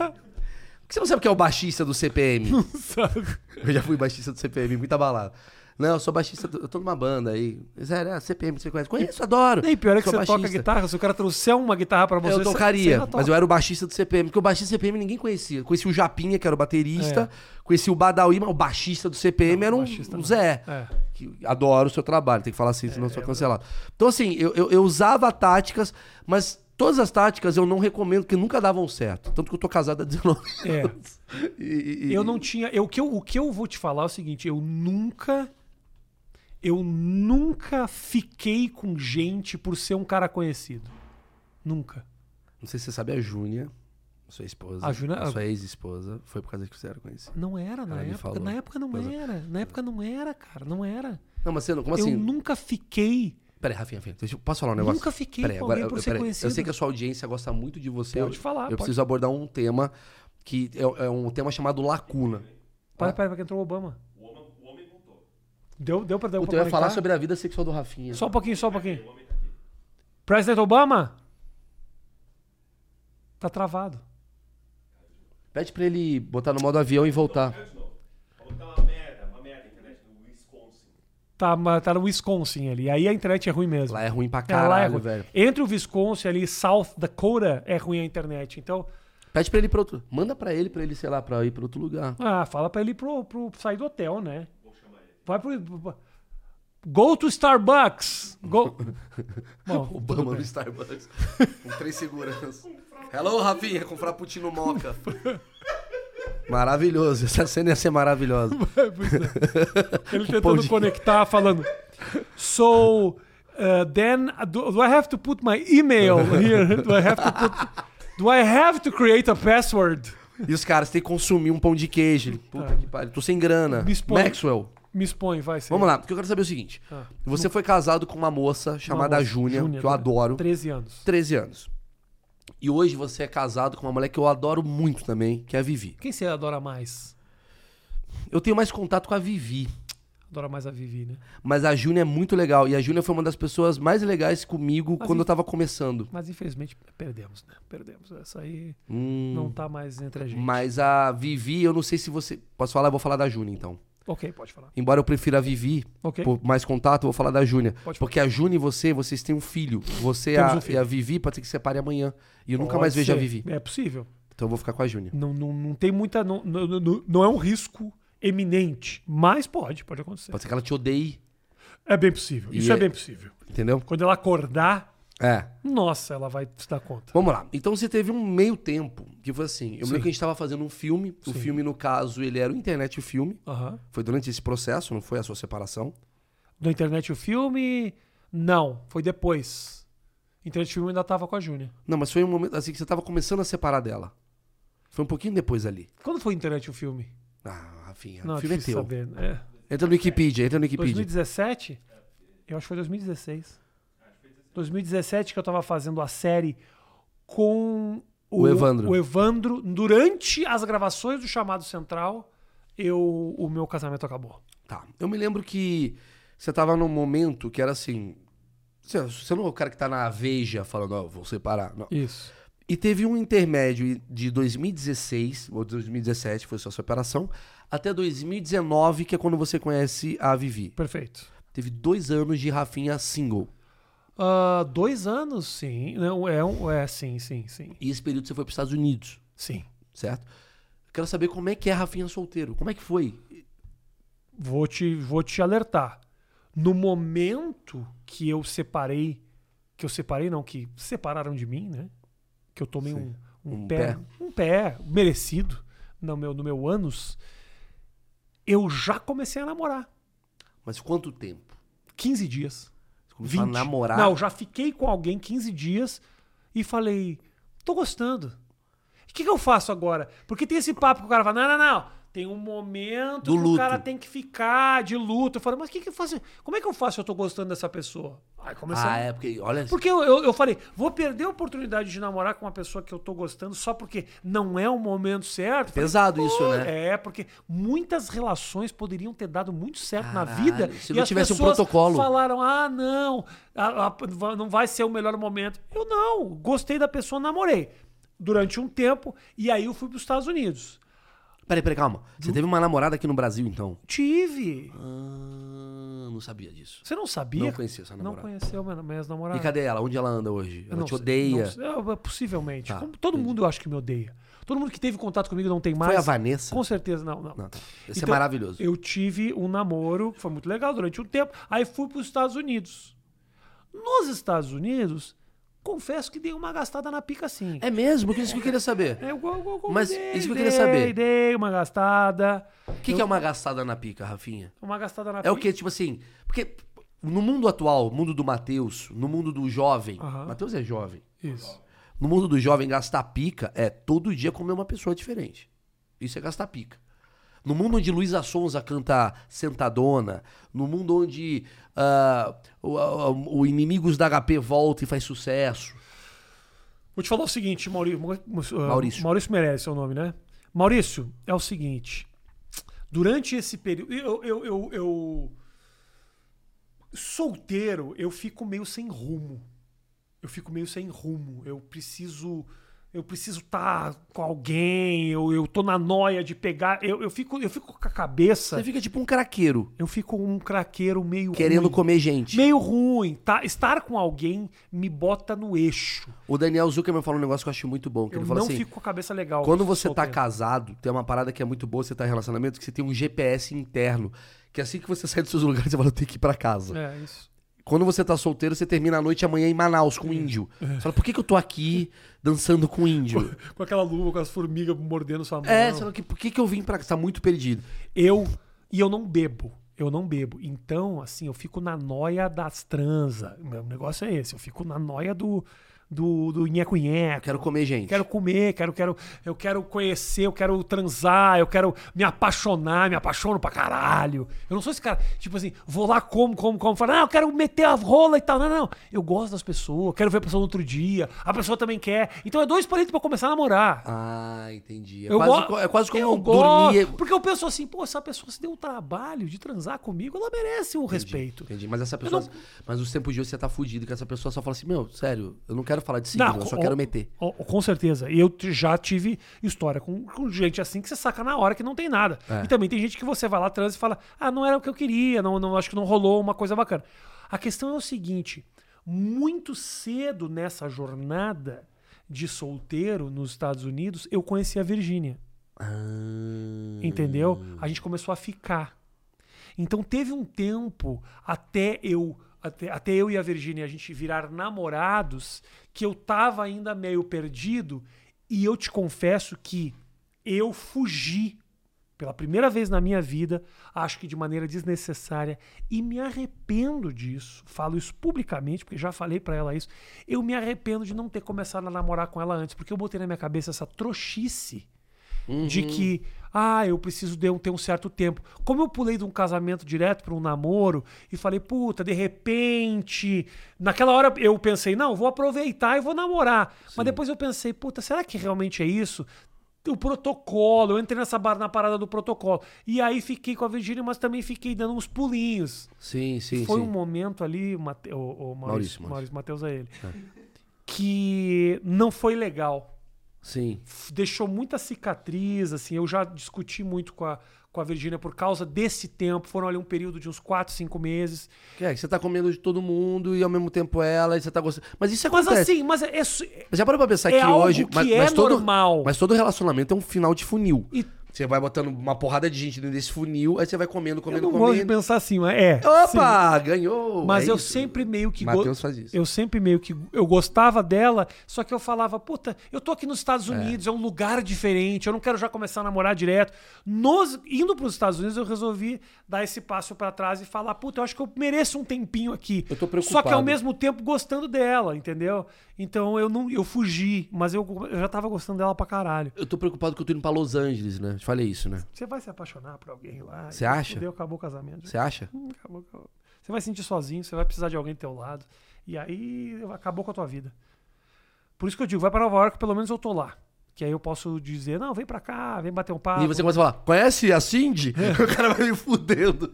D: que Você não sabe o que é o baixista do CPM?
A: Sabe?
D: Eu já fui baixista do CPM, muita balada. Não, eu sou baixista, do- eu tô numa banda aí. Sério, é, CPM, você conhece? Conheço, adoro.
A: E aí, pior é que
D: Sou
A: você toca
D: baixista.
A: guitarra, se o cara trouxer uma guitarra pra você,
D: Eu
A: você-
D: tocaria,
A: você ainda
D: mas
A: toca.
D: eu era o baixista do CPM, porque o baixista do CPM ninguém conhecia. Conhecia o Japinha, que era o baterista, conhecia o Badawi, mas o baixista do CPM era um,
A: baixista
D: um
A: É. não.
D: Zé.
A: É.
D: Que adora o seu trabalho, tem que falar assim, senão eu sou cancelado. Então, assim, eu, eu- eu usava táticas, mas todas as táticas eu não recomendo, porque nunca davam certo. Tanto que eu tô casado há 19
A: É.
D: anos. E- e- e-
A: Eu não tinha. Eu, o, que eu, o que eu vou te falar é o seguinte: eu nunca. Eu nunca fiquei com gente por ser um cara conhecido. Nunca.
D: Não sei se você sabe, a Júnia, sua esposa,
A: A Júnia-
D: sua ex-esposa, foi por causa que você era conhecida.
A: Não era na
D: Ela me
A: época.
D: falou.
A: Na época não
D: Mas-
A: era. Na época não era, cara. Não era.
D: Não, mas você não, como assim?
A: eu nunca fiquei.
D: Peraí, Rafinha, Rafinha, deixa eu- posso falar um negócio?
A: Nunca fiquei
D: Peraí,
A: com
D: agora,
A: alguém por
D: eu-
A: ser
D: peraí,
A: conhecido.
D: Eu sei que a sua audiência gosta muito de você.
A: Pode
D: eu-
A: falar,
D: Eu
A: pode.
D: preciso abordar um tema que é, é um tema chamado lacuna. Ah.
A: Para, para, para que entrou o Obama.
C: O homem, o homem voltou.
A: Deu, deu pra dar
D: Puta, eu ia é falar sobre a vida sexual do Rafinha.
A: Só um pouquinho, só um pouquinho.
C: O homem tá aqui.
A: President Obama? Tá travado.
D: Pede pra ele botar no modo avião e voltar.
C: Caiu de novo. Falou que tá uma merda, uma merda a internet do Wisconsin.
A: Tá, ma- tá no Wisconsin ali. Aí a internet é ruim mesmo.
D: Lá é ruim pra
A: É, lá é
D: caralho,
A: ruim.
D: velho.
A: Entre o Wisconsin ali, South Dakota, é ruim a internet. Então,
D: Pede pra ele ir pra outro... Manda pra ele, pra ele, sei lá, pra ir pra outro lugar.
A: ah, fala pra ele pro, pro sair do hotel, né? Vai pro. Go to Starbucks! Go. Bom,
D: Obama no Starbucks. Com três seguranças. Hello, Rafinha, com frappuccino moca. Maravilhoso. Essa cena ia ser maravilhosa.
A: ele
D: Pão
A: tentando
D: de-
A: conectar, falando. So, uh, then, do, do I have to put my email here? Do I have to put. Do I have to create a password?
D: E os caras têm que consumir um pão de queijo. Ele, Puta que pariu, tô sem grana.
A: Tá. Me expõe.
D: Maxwell,
A: Me expõe, vai. Sérgio.
D: vamos lá, porque eu quero saber o seguinte.
A: Ah,
D: Você foi casado com uma moça chamada
A: Vamos.
D: Júnia,
A: Júnior,
D: que eu
A: né?
D: adoro,
A: 13 anos.
D: 13 anos. E hoje você é casado com uma mulher que eu adoro muito também, que é a Vivi.
A: Quem você adora mais?
D: Eu tenho mais contato com a Vivi.
A: Adora mais a Vivi, né?
D: Mas a Júnia é muito legal. E a Júnia foi uma das pessoas mais legais comigo quando
A: e-
D: eu tava começando.
A: Mas infelizmente perdemos, né? Perdemos. Essa aí
D: Hum,
A: não tá mais entre a gente.
D: mas a Vivi, eu não sei se você. Posso falar? Eu vou falar da Júnia então.
A: Ok, pode falar.
D: Embora eu prefira a Vivi,
A: Ok.
D: por mais contato, eu vou falar da Júnia.
A: Pode
D: Porque a Júnia e você, vocês têm um filho. Você e
A: Temos
D: a,
A: um filho.
D: e a Vivi pode ser que separe amanhã. E eu nunca
A: Pode
D: mais vejo a
A: ser.
D: Vivi.
A: É possível.
D: Então eu vou ficar com a Júnia.
A: Não, não, não tem muita. Não, não, não- não é um risco eminente. Mas pode, pode acontecer.
D: Pode ser que ela te odeie,
A: É bem possível.
D: E
A: Isso é
D: é-
A: bem possível.
D: entendeu?
A: Quando ela acordar,
D: É.
A: nossa, ela vai se dar conta.
D: Vamos lá. Então você teve um meio tempo que foi assim. Eu me lembro que a gente tava fazendo um filme. O filme, no caso, ele era o internet o filme.
A: Aham.
D: Foi durante esse processo, não foi a sua separação.
A: Na internet o filme. Não, foi depois. Internet o filme ainda tava com a Júnia.
D: Não, mas foi um momento assim que você tava começando a separar dela. Foi um pouquinho depois ali.
A: Quando foi internet o filme?
D: Ah, Rafinha,
A: Não,
D: o filme é
A: difícil
D: teu.
A: saber. É.
D: Entra no Wikipedia, entra no Wikipedia.
A: 2017? Eu acho que foi 2016. 2017 que eu tava fazendo a série com
D: O Evandro.
A: o Evandro. Durante as gravações do Chamado Central, eu, o meu casamento acabou.
D: Tá. Eu me lembro que você tava num momento que era assim. Você você não é o cara que tá na veja falando, ó, vou separar. Não.
A: Isso.
D: E teve um intermédio de 2016, ou 2017, foi sua separação, até 2019, que é quando você conhece a Vivi.
A: Perfeito.
D: Teve dois anos de Rafinha single.
A: Ah, dois anos, sim. Não, é, um, é sim, sim, sim.
D: E esse período você foi para os Estados Unidos,
A: Sim.
D: certo? Eu Quero saber como é que é Rafinha solteiro. Como é que foi?
A: Vou te, vou te alertar. No momento que eu separei, que eu separei, não, que separaram de mim, né? Que eu tomei um, um
D: Um
A: pé,
D: pé.
A: um pé merecido no meu, no meu ânus, eu já comecei a namorar.
D: Mas quanto tempo?
A: 15 dias.
D: Você começou a namorar?
A: Não, eu já fiquei com alguém 15 dias e falei, tô gostando. O que, que eu faço agora? Porque tem esse papo que o cara fala, não, não, não. Tem um momento
D: Do
A: que
D: luto.
A: o cara tem que ficar de luto. Eu falo, mas o que, que eu faço? Como é que eu faço se eu tô gostando dessa pessoa? Aí começou.
D: Ah, é porque, olha,
A: Porque eu, eu, eu falei, vou perder a oportunidade de namorar com uma pessoa que eu tô gostando só porque não é o momento certo. Eu falei,
D: pesado isso,
A: "Pô,
D: né?
A: É, porque muitas relações poderiam ter dado muito certo na
D: Caralho,
A: vida.
D: se
A: e
D: não
A: as
D: tivesse um
A: pessoas
D: protocolo.
A: falaram: ah, não, a- a- não vai ser o melhor momento. Eu não, gostei da pessoa, namorei. Durante um tempo, e aí eu fui para os Estados Unidos.
D: Peraí, peraí, calma. Você teve uma namorada aqui no Brasil, então?
A: Tive.
D: Ah, não sabia disso.
A: Você não sabia?
D: Não conhecia essa namorada.
A: Não conheceu minha, minha namorada.
D: E cadê ela? Onde ela anda hoje? Ela
A: Ah. não
D: te
A: sei,
D: odeia?
A: não sei. Eu- eu- possivelmente.
D: Tá,
A: Como todo mundo eu acho que me odeia. Todo mundo que teve contato comigo não tem mais.
D: a Vanessa?
A: Com certeza, não. não.
D: Não, tá. Esse é maravilhoso.
A: Eu tive um namoro, que foi muito legal durante um tempo. Aí fui para os Estados Unidos. Nos Estados Unidos, confesso que dei uma gastada na pica É, assim.
D: É mesmo? Que isso que eu queria saber.
A: Eu, eu-
D: Mas
A: dei,
D: isso que eu queria
A: dei,
D: saber.
A: Dei uma gastada.
D: O que, que é uma gastada na pica, Rafinha?
A: Uma gastada na
D: É o
A: pica.
D: que, tipo assim, porque no mundo atual, mundo do Matheus, no mundo do jovem,
A: Aham.
D: Matheus é jovem.
A: Isso.
D: No mundo do jovem, gastar pica é todo dia comer uma pessoa diferente. Isso é gastar pica. No mundo onde Luísa Sonza canta Sentadona, no mundo onde ah, o, a- o Inimigos da HP volta e faz sucesso.
A: Vou te falar o seguinte, Maurício. Maurício.
D: Maurício.
A: ah, Maurício merece seu nome, né? Maurício, é o seguinte. Durante esse período. Eu, eu, eu, eu- Solteiro, eu fico meio sem rumo. Eu fico meio sem rumo. Eu preciso. Eu preciso estar com alguém. Eu, eu tô na noia de pegar. Eu, eu, fico, eu fico com a cabeça.
D: Você fica tipo um craqueiro,
A: Eu fico um craqueiro meio.
D: querendo
A: ruim.
D: comer gente.
A: Meio ruim. Tá? Estar com alguém me bota no eixo.
D: O Daniel Zuckerman falou um negócio que eu achei muito bom. Que
A: Eu
D: ele falou
A: não
D: assim,
A: fico com a cabeça legal.
D: Quando você tá
A: solteiro.
D: casado, tem uma parada que é muito boa, você tá em relacionamento, que você tem um GPS interno. Que assim que você sai dos seus lugares, você fala, eu tenho que ir pra casa.
A: É, isso.
D: Quando você tá solteiro, você termina a noite amanhã em Manaus
A: É.
D: com um índio. Você fala, por que, que eu tô aqui dançando com um índio?
A: Com aquela luva, com as formigas mordendo sua mão.
D: É, você fala, "Que- por que, que eu vim pra cá? Você tá muito perdido.
A: Eu. E eu não bebo. Eu não bebo. Então, assim, eu fico na noia das transa. O meu negócio é esse. Eu fico na noia do. do, do nheco nheco.
D: Quero comer, gente.
A: Quero comer, quero, quero, eu quero conhecer, eu quero transar, eu quero me apaixonar, me apaixono pra caralho. Eu não sou esse cara, tipo assim, vou lá, como, como, como, falo, ah, eu quero meter a rola e tal. Não, não, eu gosto das pessoas, quero ver a pessoa no outro dia, a pessoa também quer. Então é dois palitos pra começar a namorar.
D: Ah, entendi. É,
A: Eu
D: quase,
A: go-
D: co- é quase como
A: eu
D: eu dormir.
A: gosto, Porque eu penso assim, pô, se a pessoa se deu o trabalho de transar comigo, ela merece o respeito.
D: Entendi, mas essa pessoa. Mas os tempos de hoje você tá fudido, que essa pessoa só fala assim: Meu, sério, eu não quero falar de signo, eu só
A: co-
D: quero
A: o-
D: meter.
A: o- com certeza. E eu t- já tive história com, com gente assim que você saca na hora que não tem nada.
D: É.
A: E também tem gente que você vai lá trans e fala: ah, não era o que eu queria, não, não acho que não rolou uma coisa bacana. A questão é o seguinte: muito cedo nessa jornada de solteiro nos Estados Unidos, eu conheci a Virgínia.
D: Ah,
A: Entendeu? A gente começou a ficar. Então teve um tempo até eu até, até eu e a Virgínia a gente virar namorados que eu tava ainda meio perdido e eu te confesso que eu fugi pela primeira vez na minha vida, acho que de maneira desnecessária e me arrependo disso. Falo isso publicamente porque já falei pra ela isso. Eu me arrependo de não ter começado a namorar com ela antes, porque eu botei na minha cabeça essa trouxice de
D: Uhum.
A: que ah, eu preciso de um, ter um certo tempo. Como eu pulei de um casamento direto para um namoro e falei, puta, de repente. Naquela hora eu pensei, não, vou aproveitar e vou namorar. Mas depois eu pensei, puta, será que realmente é isso? O protocolo, eu entrei nessa bar, na parada do protocolo. E aí fiquei com a Virgínia, mas também fiquei dando uns pulinhos.
D: Sim, sim,
A: Foi
D: sim.
A: um momento ali, Mate, o, o Maurício,
D: Maurício,
A: Maurício,
D: Maurício.
A: Matheus é ele, que não foi legal
D: Sim.
A: f- deixou muita cicatriz, assim, eu já discuti muito com a, com a Virgínia por causa desse tempo, foram ali um período de uns 4, 5 meses.
D: Que É, que você tá comendo de todo mundo e ao mesmo tempo ela, e você tá gostando. Mas isso
A: Mas
D: acontece.
A: assim, mas é, é su- é-
D: já parou pra pensar
A: é
D: que
A: algo
D: hoje.
A: que
D: mas,
A: é
D: mas todo,
A: normal.
D: Mas todo relacionamento é um final de funil.
A: e
D: Você vai botando uma porrada de gente dentro desse funil, aí você vai comendo,
A: eu
D: comendo,
A: não gosto de
D: comendo.
A: pensar assim, mas é. sim.
D: Opa, ganhou!
A: Mas
D: é
A: eu
D: isso.
A: sempre meio que. go-
D: Matheus faz isso.
A: Eu sempre meio que. Eu gostava dela, só que eu falava, puta, eu tô aqui nos Estados Unidos, é, um lugar diferente, eu não quero já começar a namorar direto. Nos, indo pros Estados Unidos, eu resolvi dar esse passo pra trás e falar, puta, eu acho que eu mereço um tempinho aqui.
D: Eu
A: Só
D: tô
A: que ao
D: preocupado.
A: mesmo tempo gostando dela, entendeu? Então eu não eu fugi, mas eu, eu já tava gostando dela pra caralho.
D: Eu tô preocupado que eu tô indo pra Los Angeles, né? Te falei isso, né?
A: Você vai se apaixonar por alguém lá.
D: Você acha?
A: Fudeu, acabou o casamento.
D: Você acha?
A: Hum, acabou, acabou. Você vai se sentir sozinho, você vai precisar de alguém do teu lado. E aí acabou com a tua vida. Por isso que eu digo, vai pra Nova York, pelo menos eu tô lá. Que aí eu posso dizer, não, vem pra cá, vem bater um papo.
D: E você começa a falar, conhece a Cindy?
A: É.
D: o cara vai me fudendo.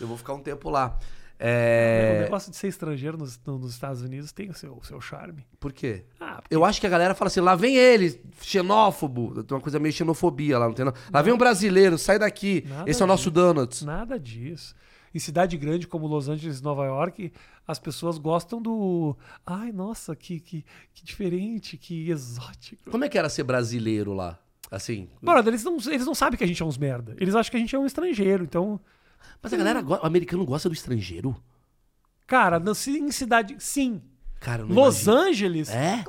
D: eu vou ficar um tempo lá.
A: O
D: É...
A: negócio de ser estrangeiro nos, no- nos Estados Unidos tem o seu, o seu charme.
D: Por quê?
A: Ah,
D: Eu acho que a galera fala assim, lá vem ele, xenófobo. Tem uma coisa meio xenofobia lá, não tem nada. Lá vem um brasileiro, sai daqui.
A: Nada
D: Esse é o nosso Donuts.
A: nada disso. Em cidade grande como Los Angeles, Nova York, as pessoas gostam do. Ai, nossa, que, que, que diferente, que exótico.
D: Como é que era ser brasileiro lá? Assim.
A: Brother, eles não, eles não sabem que a gente é uns merda. Eles acham que a gente é um estrangeiro, então.
D: Mas a galera, go- o americano gosta do estrangeiro?
A: Cara, na ci- em cidade. Sim.
D: Cara, eu não
A: Los
D: imagino.
A: Angeles?
D: É?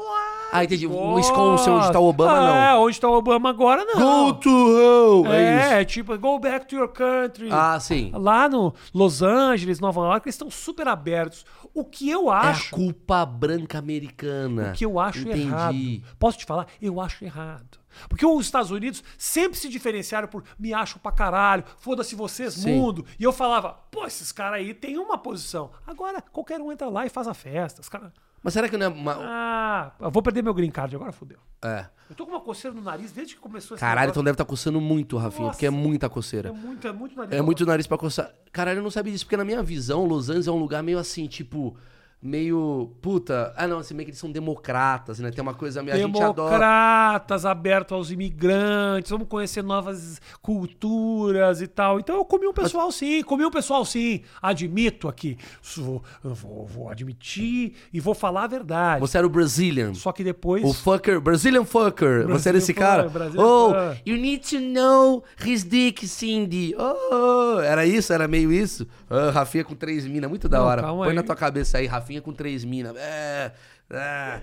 D: Ah, entendi. O Wisconsin, onde tá o Obama,
A: Ah,
D: não.
A: É, onde tá o Obama agora, não.
D: Go to hell! É, isso.
A: é, tipo, go back to your country.
D: Ah, sim.
A: Lá no Los Angeles, Nova York, eles estão super abertos. O que eu
D: É a
A: acho.
D: culpa branca americana.
A: O que eu acho
D: Entendi.
A: errado. Posso te falar? Eu acho errado. Porque os Estados Unidos sempre se diferenciaram por me acho pra caralho, foda-se vocês,
D: Sim.
A: mundo. E eu falava, pô, esses caras aí têm uma posição. Agora, qualquer um entra lá e faz a festa. Os caras.
D: Mas será que não é uma...
A: Ah, eu vou perder meu green card, agora fodeu.
D: É.
A: Eu tô com uma coceira no nariz desde que começou esse
D: Caralho,
A: negócio.
D: então deve estar coçando muito, Rafinha, porque é
A: Nossa.
D: muita coceira.
A: É muito, é muito nariz.
D: É muito nariz pra coçar. Caralho, eu não sabia disso, porque na minha visão, Los Angeles é um lugar meio assim, tipo... Meio... Puta... Ah, não, assim, meio que eles são democratas, né? Tem uma coisa meio... A gente adora...
A: Democratas, aberto aos imigrantes, vamos conhecer novas culturas e tal. Então eu comi um pessoal sim, comi um pessoal sim. Admito aqui. Sou- eu Vou, vou admitir e vou falar a verdade.
D: Você era o Brazilian.
A: Só que depois.
D: O fucker, Brazilian fucker. Você era esse
A: Brazilian
D: cara?
A: fucker, Brazilian
D: oh,
A: fucker.
D: you need to know his dick, Cindy. Oh, era isso? Era meio isso? Ah, Rafinha com três mina, muito da
A: Não,
D: hora.
A: calma
D: Põe
A: aí.
D: na tua cabeça aí, Rafinha com três mina. É, é.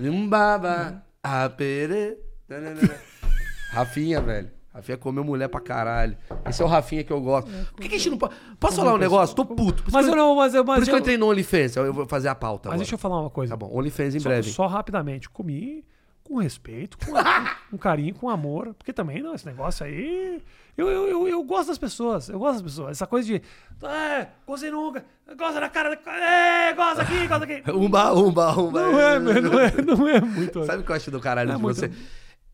D: Um baba. Ah, pere. Tananana. Rafinha, velho. Rafinha comeu mulher pra caralho. Esse é o Rafinha que eu gosto. Por que, que a gente não pode. Posso falar um negócio? Tô puto. Por isso
A: Mas
D: que
A: eu não, mas eu. Mas,
D: Por isso que eu
A: eu-
D: entrei no OnlyFans. Eu eu vou fazer a pauta.
A: mas
D: agora.
A: deixa eu falar uma coisa.
D: Tá bom, OnlyFans em
A: Só,
D: breve.
A: só rapidamente. Comi com respeito, com, com carinho, com amor. Porque também, não, esse negócio aí. Eu, eu, eu, eu gosto das pessoas. Eu gosto das pessoas. Essa coisa de. É, gozei nunca. Goza na cara. da- É, goza aqui, goza aqui.
D: Umba, umba, umba.
A: Não é, não é, não é muito.
D: Sabe o que eu acho do caralho
A: É
D: de
A: muito-
D: você?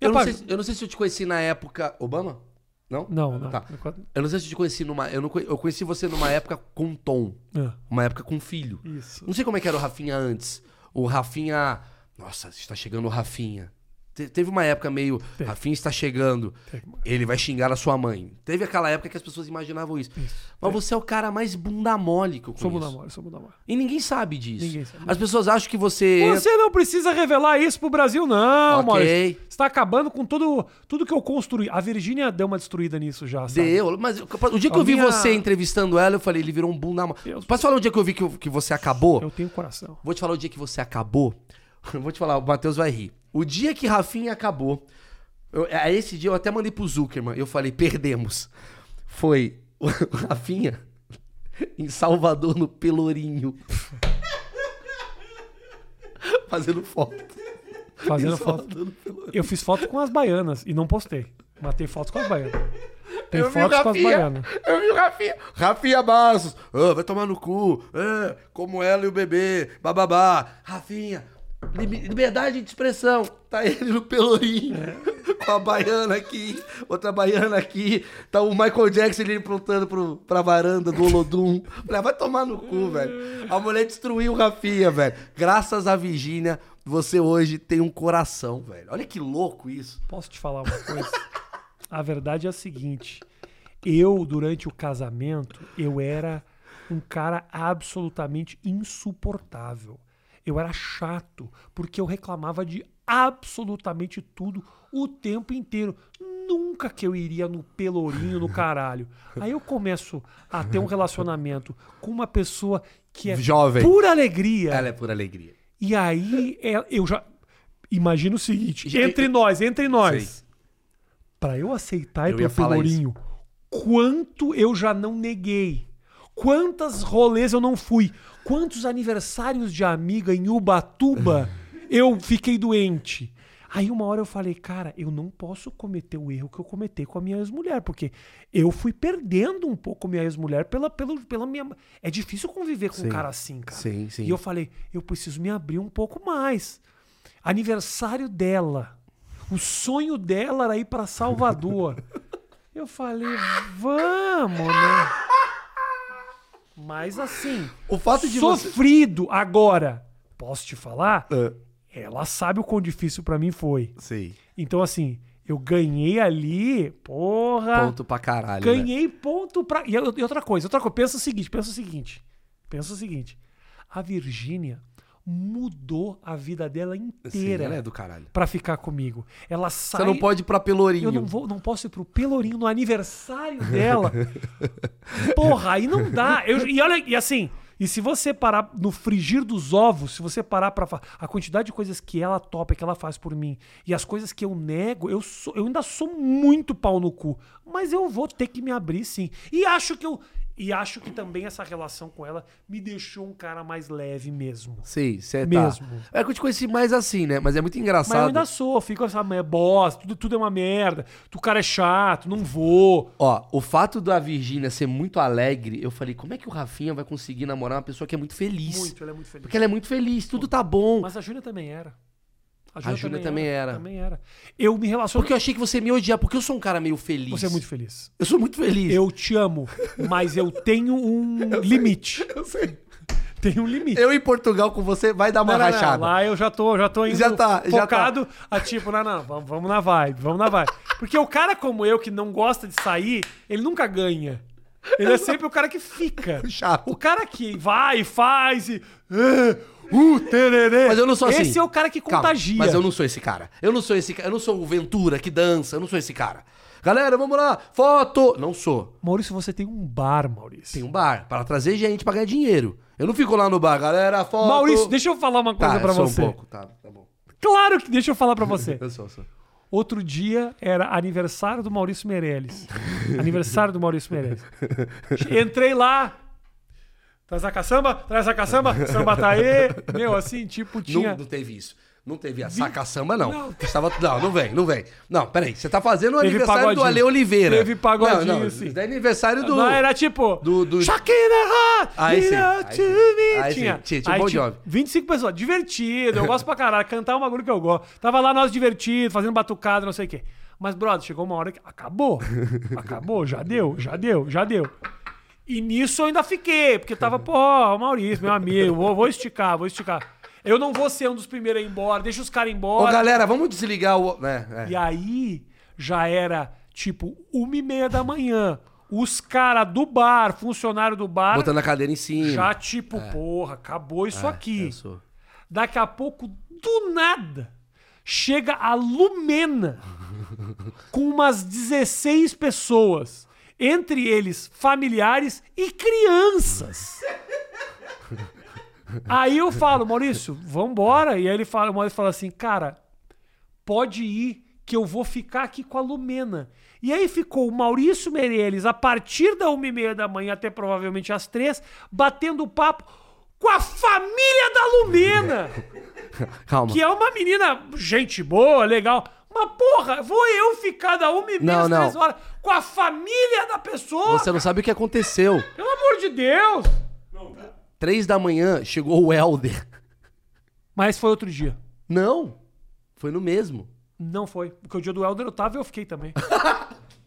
A: E
D: Eu não,
A: apaga-
D: sei, se- eu não sei se eu te conheci na época. Obama? Não?
A: Não, não.
D: Tá. Eu não sei se eu te conheci numa. Eu, não conhe- eu conheci você numa época com Tom.
A: Ah,
D: Uma época com filho.
A: Isso.
D: Não sei como é que era o Rafinha antes. O Rafinha. Nossa, está chegando o Rafinha. Te- teve uma época meio. Rafinha está chegando. Ele vai xingar a sua mãe. Teve aquela época que as pessoas imaginavam isso. Mas você é o cara mais bunda mole que eu conheço.
A: Sou bunda mole, sou bunda mole.
D: E ninguém sabe disso.
A: Ninguém sabe.
D: As pessoas acham que você.
A: Você não precisa revelar isso pro Brasil, não,
D: Ok.
A: Maurício. Você tá acabando com todo, tudo que eu construí. A Virgínia deu uma destruída nisso já, sabe?
D: Deu, mas o dia que
A: A
D: eu vi
A: minha-
D: você entrevistando ela, eu falei, ele virou um bunda mole.
A: Deus.
D: Posso falar o dia que eu vi que, eu- que você acabou?
A: Eu tenho coração.
D: Vou te falar o dia que você acabou. Eu Vou te falar, o Matheus vai rir. O dia que Rafinha acabou, eu, a esse dia eu até mandei pro Zuckerman. Eu falei, perdemos. Foi o Rafinha em Salvador, no Pelourinho. Fazendo foto.
A: Fazendo foto. Eu fiz foto com as baianas e não postei. Matei fotos com as baianas. Tem
D: eu vi o
A: fotos com as
D: Rafinha.
A: baianas.
D: Eu vi o Rafinha. Rafinha Bastos. Ah, vai tomar no cu. Ah, como ela e o bebê. Bababá. Rafinha. libe- Liberdade de expressão. Tá ele no pelourinho.
A: É.
D: Com a baiana aqui. Outra baiana aqui. Tá o Michael Jackson ele aprontando pro, pra varanda do Olodum. Falei, ah, vai tomar no cu, velho. A mulher destruiu o Rafinha, velho. Graças à Virgínia, você hoje tem um coração, velho. Olha que louco isso.
A: Posso te falar uma coisa? A verdade é a seguinte. Eu, durante o casamento, eu era um cara absolutamente insuportável. Eu era chato, porque eu reclamava de absolutamente tudo o tempo inteiro. Nunca que eu iria no pelourinho, no caralho. Aí eu começo a ter um relacionamento com uma pessoa que é
D: Jovem.
A: pura alegria.
D: Ela é pura alegria.
A: E aí é- eu já imagino o seguinte,
D: Já-
A: entre nós, entre nós.
D: Sei.
A: Pra eu aceitar ir
D: Eu
A: pro
D: ia falar
A: Pelourinho, quanto eu já não neguei. Quantas rolês eu não fui. Quantos aniversários de amiga em Ubatuba eu fiquei doente. Aí uma hora eu falei, cara, eu não posso cometer o erro que eu cometei com a minha ex-mulher, porque eu fui perdendo um pouco minha ex-mulher pela, pelo, pela minha... É difícil conviver com um cara assim, cara.
D: Sim, sim.
A: E eu falei, eu preciso me abrir um pouco mais. Aniversário dela. O sonho dela era ir pra Salvador. eu falei, vamos, né? Mas assim,
D: O fato de você.
A: sofrido agora. Posso te falar?
D: Ah,
A: Ela sabe o quão difícil pra mim foi.
D: sei.
A: Então assim, eu ganhei ali, porra.
D: Ponto pra caralho. né?
A: Ganhei ponto pra. E, eu- e outra coisa, outra coisa. Pensa o seguinte, pensa o seguinte. Pensa o seguinte. A Virgínia mudou a vida dela
D: Sim,
A: inteira
D: ela é do caralho.
A: pra ficar comigo. Ela sai.
D: Você não pode ir pra Pelourinho.
A: Eu não, vou, não posso ir pro Pelourinho no aniversário dela. Porra, aí não dá. Eu- e olha, e assim, e se você parar no frigir dos ovos, se você parar pra. fa- A quantidade de coisas que ela topa, que ela faz por mim, e as coisas que eu nego, eu, sou- eu ainda sou muito pau no cu. Mas eu vou ter que me abrir sim. E acho que eu. E acho que também essa relação com ela me deixou um cara mais leve mesmo.
D: Sei, você tá.
A: Mesmo.
D: É que eu te conheci mais assim, né? Mas é muito engraçado.
A: Mas eu ainda sou, fico essa é bosta, tudo, tudo é uma merda, tu o cara é chato, não vou.
D: Ó, o fato da Virgínia ser muito alegre, eu falei, como é que o Rafinha vai conseguir namorar uma pessoa que é muito feliz?
A: Muito, ela é muito feliz.
D: Porque ela é muito feliz, tudo tá bom.
A: Mas a Júlia também era.
D: A Júlia também era.
A: Também era. Eu me relaciono.
D: Porque eu achei que você me odiar, porque eu sou um cara meio feliz.
A: Você é muito feliz.
D: Eu sou muito feliz.
A: Eu te amo, mas eu tenho um limite.
D: Eu sei.
A: Tenho um limite.
D: Eu em Portugal com você vai dar uma
A: Não, não, não,
D: rachada.
A: Lá eu já tô, já tô indo
D: Já tá, já
A: focado a tipo, não, não, vamos, vamos na vibe, vamos na vibe. Porque o cara como eu, que não gosta de sair, ele nunca ganha. Ele é sempre o cara que fica.
D: Chato.
A: O cara que vai, faz e. "Ah, Uh, tererê.
D: Mas eu não sou assim.
A: Esse é o cara que
D: Calma,
A: contagia.
D: mas eu não sou esse cara. Eu não sou esse cara. Eu não sou o Ventura que dança. Eu não sou esse cara. Galera, vamos lá. Foto. Não sou.
A: Maurício, você tem um bar, Maurício.
D: Tem um bar para trazer gente pra ganhar dinheiro. Eu não fico lá no bar, galera. Foto.
A: Maurício, deixa eu falar uma coisa
D: um tá,
A: pra
D: eu sou
A: você.
D: um pouco. Tá, tá bom.
A: Claro que deixa eu falar pra você.
D: Eu sou, eu sou.
A: Outro dia era aniversário do Maurício Meirelles. aniversário do Maurício Meirelles. Entrei lá. Traz a caçamba, traz a caçamba, samba tá aí. Meu, assim, tipo, tinha.
D: Não, não teve isso. Não teve a sacaçamba, não. Não. Estava, não, não vem, não vem. Não, peraí. Você tá fazendo o
A: Teve
D: aniversário do
A: pagodinho.
D: Ale Oliveira.
A: Teve pagodinho,
D: não, não,
A: sim.
D: isso daí É aniversário do.
A: Não, era tipo.
D: do- do-
A: Shakira! Hot,
D: Aí sim,
A: you
D: aí
A: to
D: sim.
A: me.
D: Aí sim,
A: tinha,
D: tinha- tinha um
A: aí
D: bom job.
A: 25 pessoas, divertido, eu gosto pra caralho. Cantar é um bagulho que eu gosto. Tava lá nós divertidos, fazendo batucada, não sei o quê. Mas, brother, chegou uma hora que. Acabou. Acabou, já deu, já deu, já deu. E nisso eu ainda fiquei, porque tava, pô, o Maurício, meu amigo, vou, vou esticar, vou esticar. Eu não vou ser um dos primeiros a ir embora, deixa os caras ir
D: Ô,
A: embora.
D: galera, vamos desligar o. É, é.
A: E aí já era tipo uma e meia da manhã. Os caras do bar, funcionário do bar,
D: Botando a cadeira em cima. É.
A: já tipo, porra, acabou isso aqui.
D: Eu sou.
A: Daqui a pouco, do nada, chega a Lumena com umas 16 pessoas. Entre eles, familiares e crianças. Aí eu falo, Maurício, vambora. E aí ele fala, o Maurício fala assim, cara, pode ir que eu vou ficar aqui com a Lumena. E aí ficou o Maurício Meirelles, a partir da uma e meia da manhã até provavelmente às três, batendo papo com a família da Lumena,
D: Calma.
A: que é uma menina, gente boa, legal. Mas porra, vou eu ficar da uma e meia
D: Não,
A: às três
D: não.
A: horas com a família da pessoa?
D: Você não sabe o que aconteceu.
A: Pelo amor de Deus!
D: Três da manhã chegou o Helder.
A: Mas foi outro dia.
D: Não. Foi no mesmo.
A: Não foi. Porque o dia do Helder eu tava e eu fiquei também.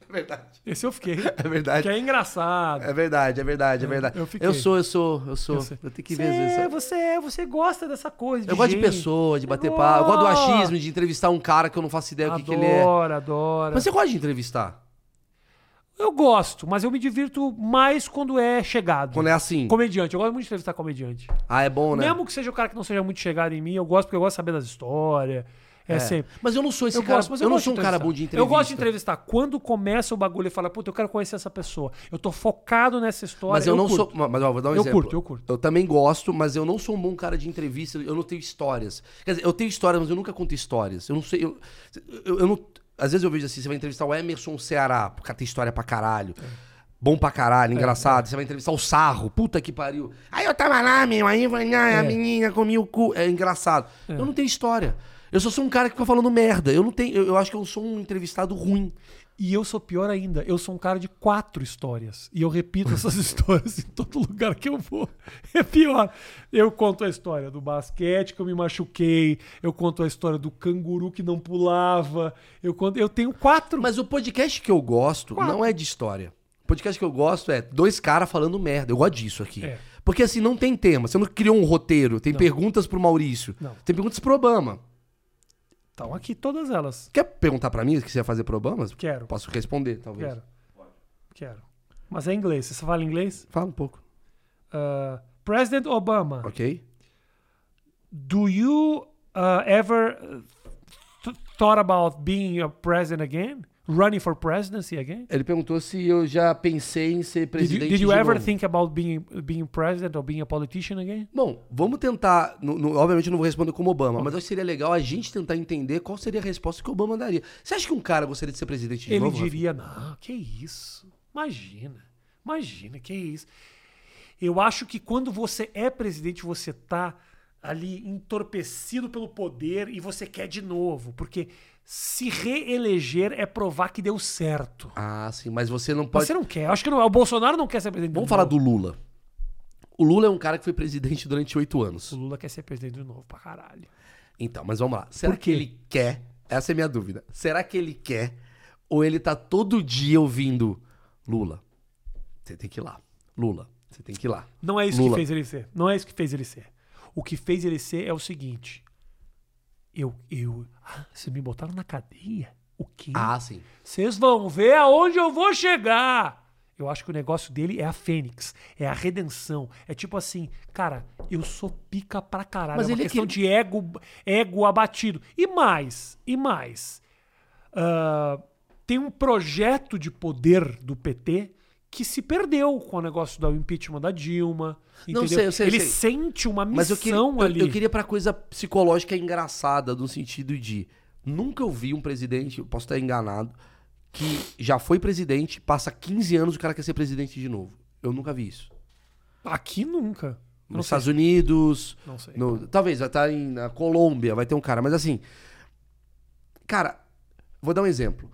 D: É verdade.
A: Esse eu fiquei.
D: É verdade.
A: Que é engraçado.
D: É verdade, é verdade, é verdade.
A: eu
D: Eu,
A: fiquei.
D: sou, eu sou, eu sou.
A: sei.
D: Eu tenho que ver às vezes.
A: Você, você, você gosta dessa coisa.
D: Eu gosto de
A: gente.
D: pessoa, de bater
A: Eu
D: papo. Eu gosto do
A: gosto.
D: achismo, de entrevistar um cara que eu não faço ideia do que, que ele é.
A: Adora, adora.
D: Mas você gosta de entrevistar?
A: Eu gosto, mas eu me divirto mais quando é chegado.
D: Quando é assim.
A: Comediante, eu gosto muito de entrevistar comediante.
D: Ah, é bom, né?
A: Mesmo que seja o cara que não seja muito chegado em mim, eu gosto porque eu gosto de saber das histórias. É, sempre.
D: Mas eu não sou esse
A: eu
D: cara.
A: gosto, mas eu,
D: eu não
A: gosto
D: sou um cara
A: entrevistar.
D: bom de entrevista.
A: Eu gosto de entrevistar. Quando começa o bagulho e fala, puta, eu quero conhecer essa pessoa. Eu tô focado nessa história.
D: Mas eu, não
A: curto.
D: sou. ma- Mas ó, vou dar um
A: Eu
D: exemplo.
A: curto, eu curto.
D: Eu também gosto, mas eu não sou um bom cara de entrevista. Eu não tenho histórias. Quer dizer, eu tenho histórias, mas eu nunca conto histórias. Eu não sei. Eu, eu, eu não. Às vezes eu vejo assim, você vai entrevistar o Emerson Ceará, o cara tem história pra caralho.
A: É.
D: Bom pra caralho, engraçado. Você vai entrevistar o Sarro, puta que pariu. Aí eu tava lá, meu, aí vai, ah,
A: É.
D: a menina comia o cu. É engraçado. Eu não tenho história. Eu só sou um cara que fica falando merda. Eu não tenho. Eu, eu acho que eu sou um entrevistado ruim.
A: E eu sou pior ainda, eu sou um cara de quatro histórias. E eu repito essas histórias em todo lugar que eu vou. É pior. Eu conto a história do basquete que eu me machuquei, eu conto a história do canguru que não pulava. Eu conto, eu tenho quatro.
D: Mas o podcast que eu gosto não é de história. O podcast que eu gosto é dois caras falando merda. Eu gosto disso aqui.
A: É.
D: Porque assim, não tem tema. Você não criou um roteiro. Tem perguntas pro Maurício.
A: Não.
D: Tem perguntas pro Obama.
A: Estão aqui todas elas.
D: Quer perguntar pra mim o que você ia fazer pro Obama?
A: Quero.
D: Posso responder, talvez.
A: Quero. Quero. Mas é inglês. Você fala inglês?
D: Fala um pouco.
A: Ah, President Obama,
D: Ok?
A: do you ah, ever th- thought about being a president again? Running for presidency again?
D: Ele perguntou se eu já pensei em ser
A: Did you,
D: presidente
A: did you
D: de
A: ever
D: novo.
A: think about being being president or being a politician again?
D: Bom, vamos tentar. no- no- obviamente eu não vou responder como Obama, mas eu acho que seria legal a gente tentar entender qual seria a resposta que o Obama daria. Você acha que um cara gostaria de ser presidente de
A: Ele
D: novo? né? Rafa?
A: diria, não, que isso. Imagina. Imagina, que isso. Eu acho que quando você é presidente, você tá ali entorpecido pelo poder e você quer de novo. Porque se reeleger é provar que deu certo.
D: Ah, sim, mas você não pode.
A: Você não quer. Eu Acho que não, é. o Bolsonaro não quer ser presidente.
D: Vamos
A: de
D: falar
A: novo.
D: do Lula. O Lula é um cara que foi presidente durante oito anos.
A: O Lula quer ser presidente de novo pra caralho.
D: Então, mas vamos lá. Será
A: Por
D: que
A: quê?
D: ele quer? Essa é a minha dúvida. Será que ele quer? Ou ele tá todo dia ouvindo Lula? Você tem que ir lá. Lula, você tem que ir lá.
A: Não é isso
D: Lula.
A: que fez ele ser. Não é isso que fez ele ser. O que fez ele ser é o seguinte. Eu, eu. Ah, vocês me botaram na cadeia? O quê?
D: Ah, sim.
A: Vocês vão ver aonde eu vou chegar. Eu acho que o negócio dele é a Fênix, é a redenção. É tipo assim, cara, eu sou pica pra caralho.
D: Mas
A: é uma
D: ele é
A: questão
D: que-
A: de ego, ego abatido. E mais, e mais. Ah, tem um projeto de poder do PT que se perdeu com o negócio do impeachment da Dilma.
D: Não
A: entendeu?
D: sei, eu sei, eu
A: Ele
D: sei.
A: sente uma missão
D: Mas eu queria, eu,
A: ali.
D: eu queria pra coisa psicológica engraçada, no sentido de Nunca eu vi um presidente, eu posso estar enganado, que já foi presidente, passa 15 anos e o cara quer ser presidente de novo. Eu nunca vi isso.
A: Aqui nunca. Eu Não
D: Nos
A: sei.
D: Estados Unidos.
A: Não sei.
D: no- talvez vai estar em, na Colômbia, vai ter um cara. Mas assim. Cara, vou dar um exemplo.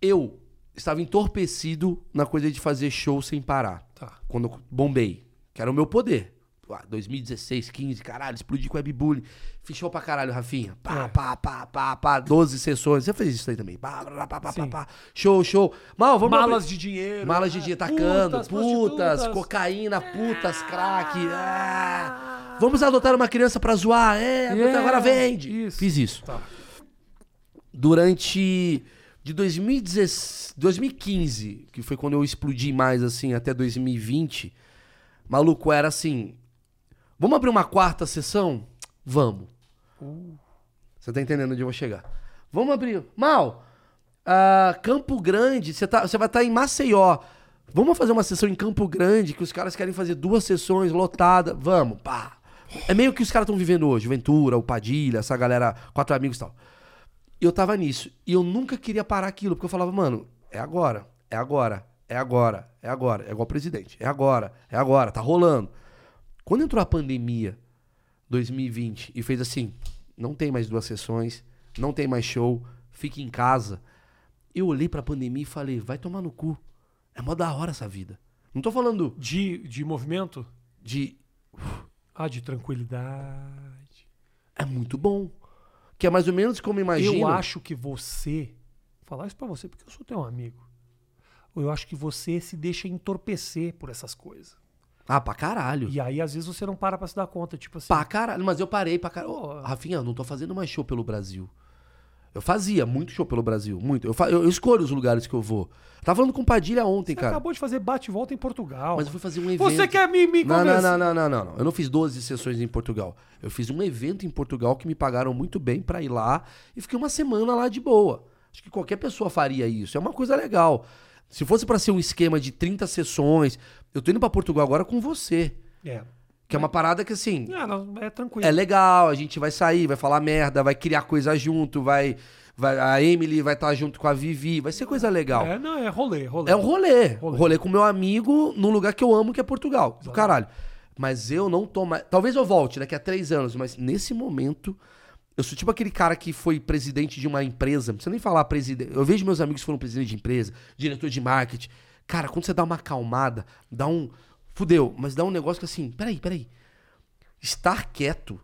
D: Eu estava entorpecido na coisa de fazer show sem parar.
A: Tá.
D: Quando eu bombei. Que era o meu poder. Ah, 2016, 15, caralho, explodi com webbullying. Fechou pra caralho, Rafinha. Pá,
A: É.
D: pá, pá, pá, pá. 12 sessões. Você fez isso aí também. Pá, pá, pá, pá, pá,
A: Sim.
D: pá. Show, show. Mal, vamos abrir-
A: Malas de dinheiro.
D: Malas de
A: ah,
D: dinheiro tacando, putas,
A: prostitutas.
D: cocaína, putas, crack. ah. Vamos adotar uma criança pra zoar. É, adota-
A: É,
D: agora vende.
A: isso.
D: Fiz isso.
A: Tá.
D: Durante. De 2016, 2015, que foi quando eu explodi mais, assim, até 2020, maluco, era assim. Vamos abrir uma quarta sessão? Vamos. Você tá entendendo onde eu vou chegar. Vamos abrir. Mal, ah, Campo Grande, você, tá, você vai estar em Maceió. Vamos fazer uma sessão em Campo Grande, que os caras querem fazer duas sessões lotada. Vamos, pá. É meio que os caras estão vivendo hoje. Ventura, o Padilha, essa galera, quatro amigos e tal. E eu tava nisso. E eu nunca queria parar aquilo, porque eu falava, mano, é agora, é agora, é agora, é agora. É igual o presidente. É agora, é agora, tá rolando. Quando entrou a pandemia, 2020 e fez assim: não tem mais duas sessões, não tem mais show, fique em casa. Eu olhei pra pandemia e falei: vai tomar no cu. É mó da hora essa vida. Não tô falando
A: De, de movimento?
D: de.
A: Ah, de tranquilidade.
D: É muito bom. Que é mais ou menos como eu imagino.
A: Eu acho que você. Vou falar isso pra você porque eu sou teu amigo. Eu acho que você se deixa entorpecer por essas coisas.
D: Ah, pra caralho.
A: E aí, às vezes, você não para pra se dar conta. Tipo assim.
D: Pra caralho. Mas eu parei pra caralho. Ô,
A: Pô.
D: Rafinha, eu não tô fazendo mais show pelo Brasil. Eu fazia muito show pelo Brasil, muito. Eu, fa- eu- eu escolho os lugares que eu vou. Tava falando com o Padilha ontem,
A: você
D: cara.
A: acabou de fazer bate-volta em Portugal.
D: Mas eu fui fazer um evento.
A: é Você quer me, me
D: Não,
A: convencer?
D: não, não, não, não, não, não. Eu não fiz 12 sessões em Portugal. Eu fiz um evento em Portugal que me pagaram muito bem pra ir lá e fiquei uma semana lá de boa. Acho que qualquer pessoa faria isso. É uma coisa legal. Se fosse pra ser um esquema de 30 sessões, eu tô indo pra Portugal agora com você.
A: É.
D: Que é uma parada que assim,
A: Não, não, é tranquilo.
D: é legal, a gente vai sair, vai falar merda, vai criar coisa junto, vai, vai a Emily vai estar junto com a Vivi, vai ser coisa legal.
A: É, não, é rolê, rolê.
D: É um rolê.
A: Rolê.
D: Rolê com meu amigo num lugar que eu amo, que é Portugal. Do caralho. Mas eu não tô mais. Talvez eu volte daqui a três anos, mas nesse momento. Eu sou tipo aquele cara que foi presidente de uma empresa. Não precisa nem falar presidente. Eu vejo meus amigos que foram presidente de empresa, diretor de marketing. Cara, quando você dá uma acalmada, dá um. Fudeu, mas dá um negócio que assim. Peraí, peraí. Estar quieto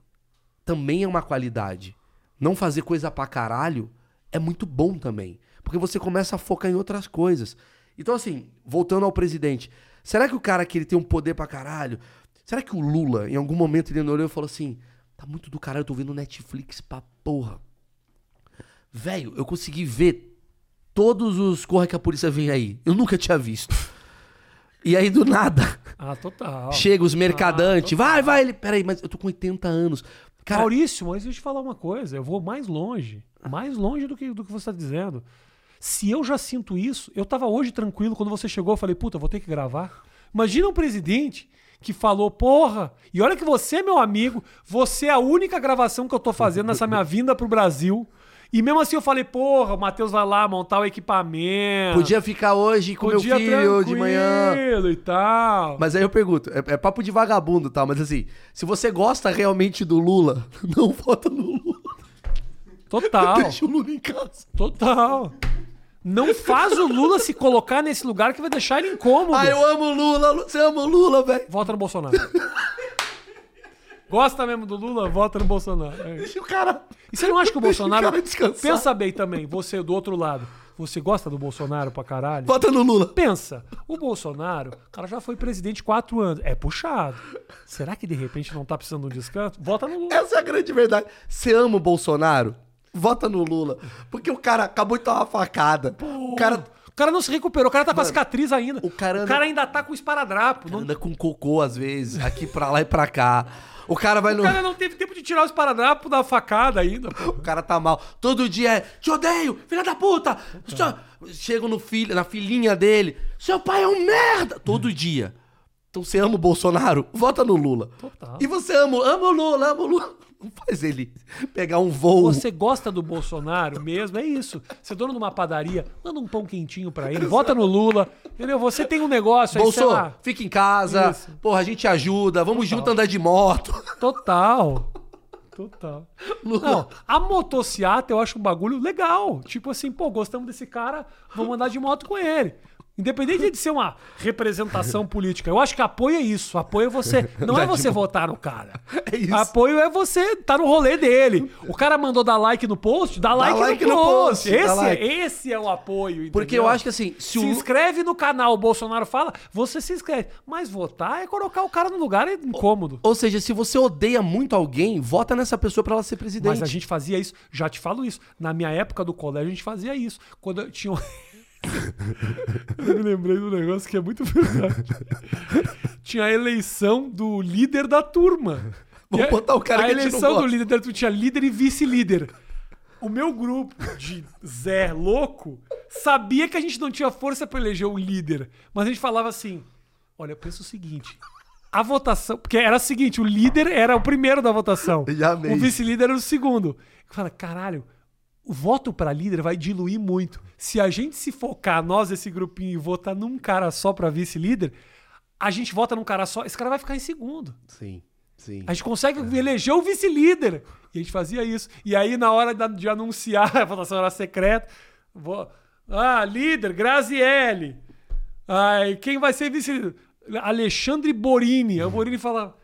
D: também é uma qualidade. Não fazer coisa pra caralho é muito bom também. Porque você começa a focar em outras coisas. Então, assim, voltando ao presidente, será que o cara que ele tem um poder pra caralho. Será que o Lula, em algum momento, ele olhou e falou assim: tá muito do caralho, eu tô vendo Netflix pra porra. Velho, eu consegui ver todos os Corre que a polícia vem aí. Eu nunca tinha visto. E aí, do nada,
A: Ah, total.
D: chega os mercadantes. vai, vai, ele. Peraí, mas eu tô com 80 anos. Cara,
A: Maurício, mas deixa eu te falar uma coisa. Eu vou mais longe. Mais longe do que, do que você está dizendo. Se eu já sinto isso, eu tava hoje tranquilo. Quando você chegou, eu falei, puta, vou ter que gravar. Imagina um presidente que falou, porra, e olha que você é meu amigo, você é a única gravação que eu tô fazendo nessa minha vinda pro Brasil. E mesmo assim eu falei, porra, o Matheus vai lá montar o equipamento.
D: Podia ficar hoje com meu filho de manhã.
A: tranquilo e tal.
D: Mas aí eu pergunto, é, é papo de vagabundo, tá? Mas assim, se você gosta realmente do Lula, não vota no Lula.
A: Total.
D: Deixa o Lula em casa.
A: Total. Não faz o Lula se colocar nesse lugar que vai deixar ele incômodo.
D: Ah, eu amo o Lula, Lu- você ama o Lula, velho.
A: Vota no Bolsonaro. Gosta mesmo do Lula? Vota no Bolsonaro. É.
D: Deixa o cara.
A: E você não acha que o
D: Deixa o
A: Bolsonaro.
D: cara descansar.
A: Pensa bem também, você do outro lado. Você gosta do Bolsonaro pra caralho?
D: Vota no Lula.
A: Pensa, o Bolsonaro, o cara já foi presidente quatro anos. É puxado. Será que de repente não tá precisando de um descanso? Vota no Lula.
D: Essa é a grande verdade. Você ama o Bolsonaro? Vota no Lula. Porque o cara acabou de tomar uma facada. O cara
A: O cara não se recuperou, o cara tá com a cicatriz ainda.
D: o cara anda-
A: ainda tá com esparadrapo. Não
D: anda com cocô às vezes, aqui pra lá e pra cá. O cara vai no.
A: O cara não teve tempo de tirar os paradrapos da facada ainda. pô.
D: O cara tá mal. Todo dia é, te odeio, filha da puta. Seu- Chego no filho, na filhinha dele. Seu pai é um merda. Todo dia. Então você ama o Bolsonaro? Vota no Lula.
A: Total.
D: E você ama, o- ama o Lula, ama o Lula. Não faz ele pegar um voo.
A: Você gosta do Bolsonaro mesmo? É isso. Você é dono de uma padaria, manda um pão quentinho pra ele, vota no Lula. Entendeu? Você tem um negócio aí, sei
D: Bolsonaro,
A: lá.
D: fica em casa.
A: Isso.
D: Porra, a gente ajuda. Vamos junto andar de moto.
A: Total. Total.
D: Lula.
A: Não, a motociata eu acho um bagulho legal. Tipo assim, pô, gostamos desse cara, vamos andar de moto com ele. Independente de ser uma representação política. Eu acho que apoio é isso. Apoio é você. Não é você votar no cara.
D: É isso.
A: Apoio é você estar no rolê dele. O cara mandou dar like no post, dá, like,
D: like
A: no,
D: no
A: post.
D: post, dá
A: Esse,
D: like.
A: esse é o apoio.
D: Porque
A: entendeu?
D: eu acho que assim, se
A: Se,
D: o.
A: inscreve no canal, o Bolsonaro fala, você se inscreve. Mas votar é colocar o cara no lugar é incômodo.
D: Ou seja, se você odeia muito alguém, vota nessa pessoa pra ela ser presidente.
A: Mas a gente fazia isso, já te falo isso. Na minha época do colégio, a gente fazia isso. Quando eu tinha. um- eu me lembrei do negócio que é muito verdade. tinha a eleição do líder da turma.
D: Vou
A: E a-
D: botar o cara
A: a
D: que a gente não
A: eleição do
D: gosta.
A: líder da turma tinha líder e vice-líder. O meu grupo de Zé louco sabia que a gente não tinha força pra eleger um líder, mas a gente falava assim: "Olha, pensa o seguinte, a votação, porque era o seguinte, o líder era o primeiro da votação,
D: Já amei
A: o vice-líder era o segundo. Fala, caralho, o voto pra líder vai diluir muito. Se a gente se focar, nós, esse grupinho, e votar num cara só pra vice-líder, a gente vota num cara só, esse cara vai ficar em segundo.
D: Sim, sim.
A: A gente consegue eleger o vice-líder. E a gente fazia isso. E aí, na hora da- de anunciar, a votação era secreta. Vou... Ah, líder, Grazielli. Ai, quem vai ser vice-líder? Alexandre Borini. O Borini fala.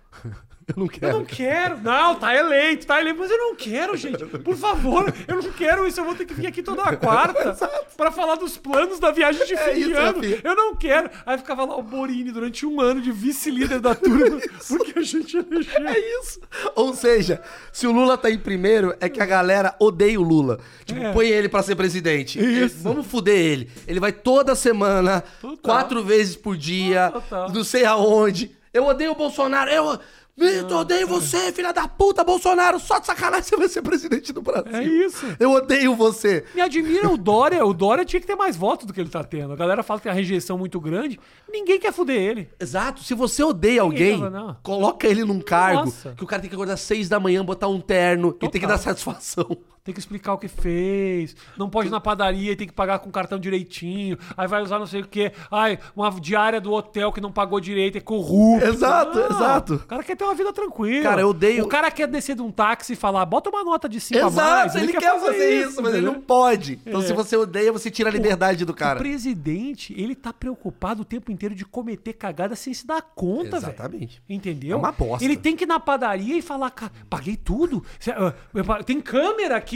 D: Eu não
A: Eu
D: quero.
A: não quero. Não, tá eleito, tá eleito. Mas eu não quero, gente. Por favor, eu não quero isso. Eu vou ter que vir aqui toda quarta pra falar dos planos da viagem de fim de
D: É isso,
A: ano.
D: Rafinha.
A: Eu não quero. Aí ficava lá o Borini durante um ano de vice-líder da turma. porque a gente elegeu.
D: É isso. Ou seja, se o Lula tá em primeiro, é que a galera odeia o Lula. Tipo,
A: É.
D: põe ele pra ser presidente. Isso. Vamos fuder ele. Ele vai toda semana,
A: Total. Ah,
D: quatro vezes por dia,
A: Total.
D: não sei aonde. Eu odeio o Bolsonaro. Eu, eu
A: Ah.
D: odeio você, filha da puta, Bolsonaro. Só de sacanagem você vai ser presidente do Brasil.
A: É isso.
D: Eu odeio você.
A: Me admira o Dória. O Dória tinha que ter mais votos do que ele tá tendo. A galera fala que tem a rejeição muito grande. Ninguém quer fuder ele.
D: Exato. Se você odeia alguém,
A: tava, não.
D: coloca ele num cargo
A: Nossa.
D: que o cara tem que acordar às seis da manhã, botar um terno e tem que
A: Total.
D: dar satisfação.
A: Tem que explicar o que fez. Não pode ir na padaria e tem que pagar com cartão direitinho. Aí vai usar não sei o quê. Ai, uma diária do hotel que não pagou direito, é corrupto.
D: Exato,
A: Não,
D: exato.
A: O cara quer ter uma vida tranquila.
D: Cara, eu odeio-
A: O cara quer descer de um táxi e falar, bota uma nota de 5 a mais.
D: Exato, ele, quer fazer, isso, mas ele
A: entendeu?
D: não pode. Então,
A: É.
D: se você odeia, você tira a liberdade do
A: O
D: cara.
A: presidente, ele tá preocupado o tempo inteiro de cometer cagada sem se dar conta, velho.
D: Exatamente.
A: Entendeu?
D: É uma bosta.
A: Ele tem que ir na padaria e falar, cara, paguei tudo. Cê- ah, eu pa- Tem câmera aqui.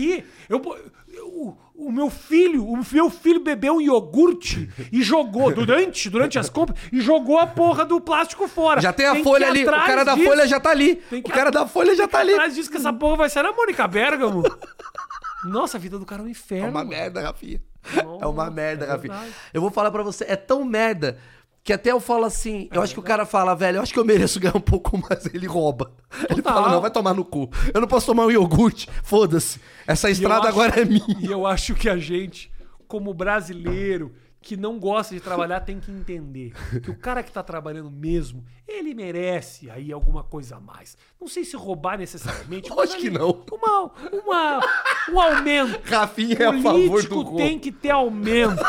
A: Eu, po- eu- o meu filho, o meu filho bebeu um iogurte e jogou durante, durante as compras e jogou a porra do plástico fora.
D: Já tem a
A: que ir
D: folha ali, o
A: atrás
D: cara da
A: disso.
D: folha já tá ali.
A: Tem
D: O
A: que
D: cara
A: ir
D: da folha já tá ali.
A: Atrás disso que essa porra vai sair na Mônica Bergamo. Nossa, a vida do cara é um
D: É
A: inferno.
D: uma
A: mano.
D: merda, Rafinha.
A: Nossa,
D: É uma merda,
A: é
D: Rafinha.
A: verdade.
D: Eu vou falar pra você, é tão merda que até eu falo assim,
A: É
D: eu acho que o cara fala, velho, eu acho que eu mereço ganhar um pouco mais, ele rouba. Ele
A: Total.
D: fala, não, vai tomar no cu. Eu não posso tomar um iogurte, foda-se. Essa
A: E eu acho-
D: estrada agora é minha.
A: E eu acho que a gente, como brasileiro que não gosta de trabalhar, tem que entender que o cara que tá trabalhando mesmo, ele merece aí alguma coisa a mais. Não sei se roubar necessariamente. mas
D: Lógico que
A: ali,
D: não.
A: Uma, uma, um aumento.
D: Rafinha é a favor do
A: Político
D: roubo.
A: tem que ter aumento.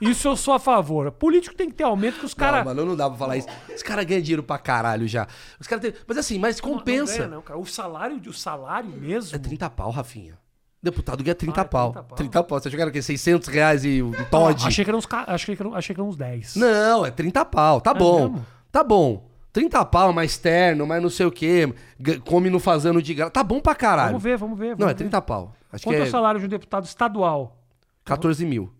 A: Isso eu sou a favor. Político tem que ter aumento que os
D: Não,
A: caras.
D: mano, não dá pra falar isso. Esse cara ganha dinheiro pra caralho já. Os cara tem... Mas assim, mas compensa.
A: Não, ganha, não, cara. O salário, o salário mesmo.
D: É 30 pau, Rafinha. Deputado ganha
A: Ah,
D: 30
A: é
D: pau.
A: 30 pau.
D: 30 pau. Você achou que era o quê? 600 reais e um Todd?
A: Achei que eram uns, ca- achei que eram, achei que eram uns 10.
D: Não, é 30 pau. Tá bom.
A: mesmo?
D: Tá bom. 30 pau, mais terno, mais não sei o quê. g- Come no fazano de graça. Tá bom pra caralho.
A: Vamos ver, vamos ver.
D: Não,
A: vamos
D: é
A: ver.
D: 30 pau. Acho
A: Quanto
D: que
A: é
D: é
A: o salário de um deputado estadual?
D: 14 mil.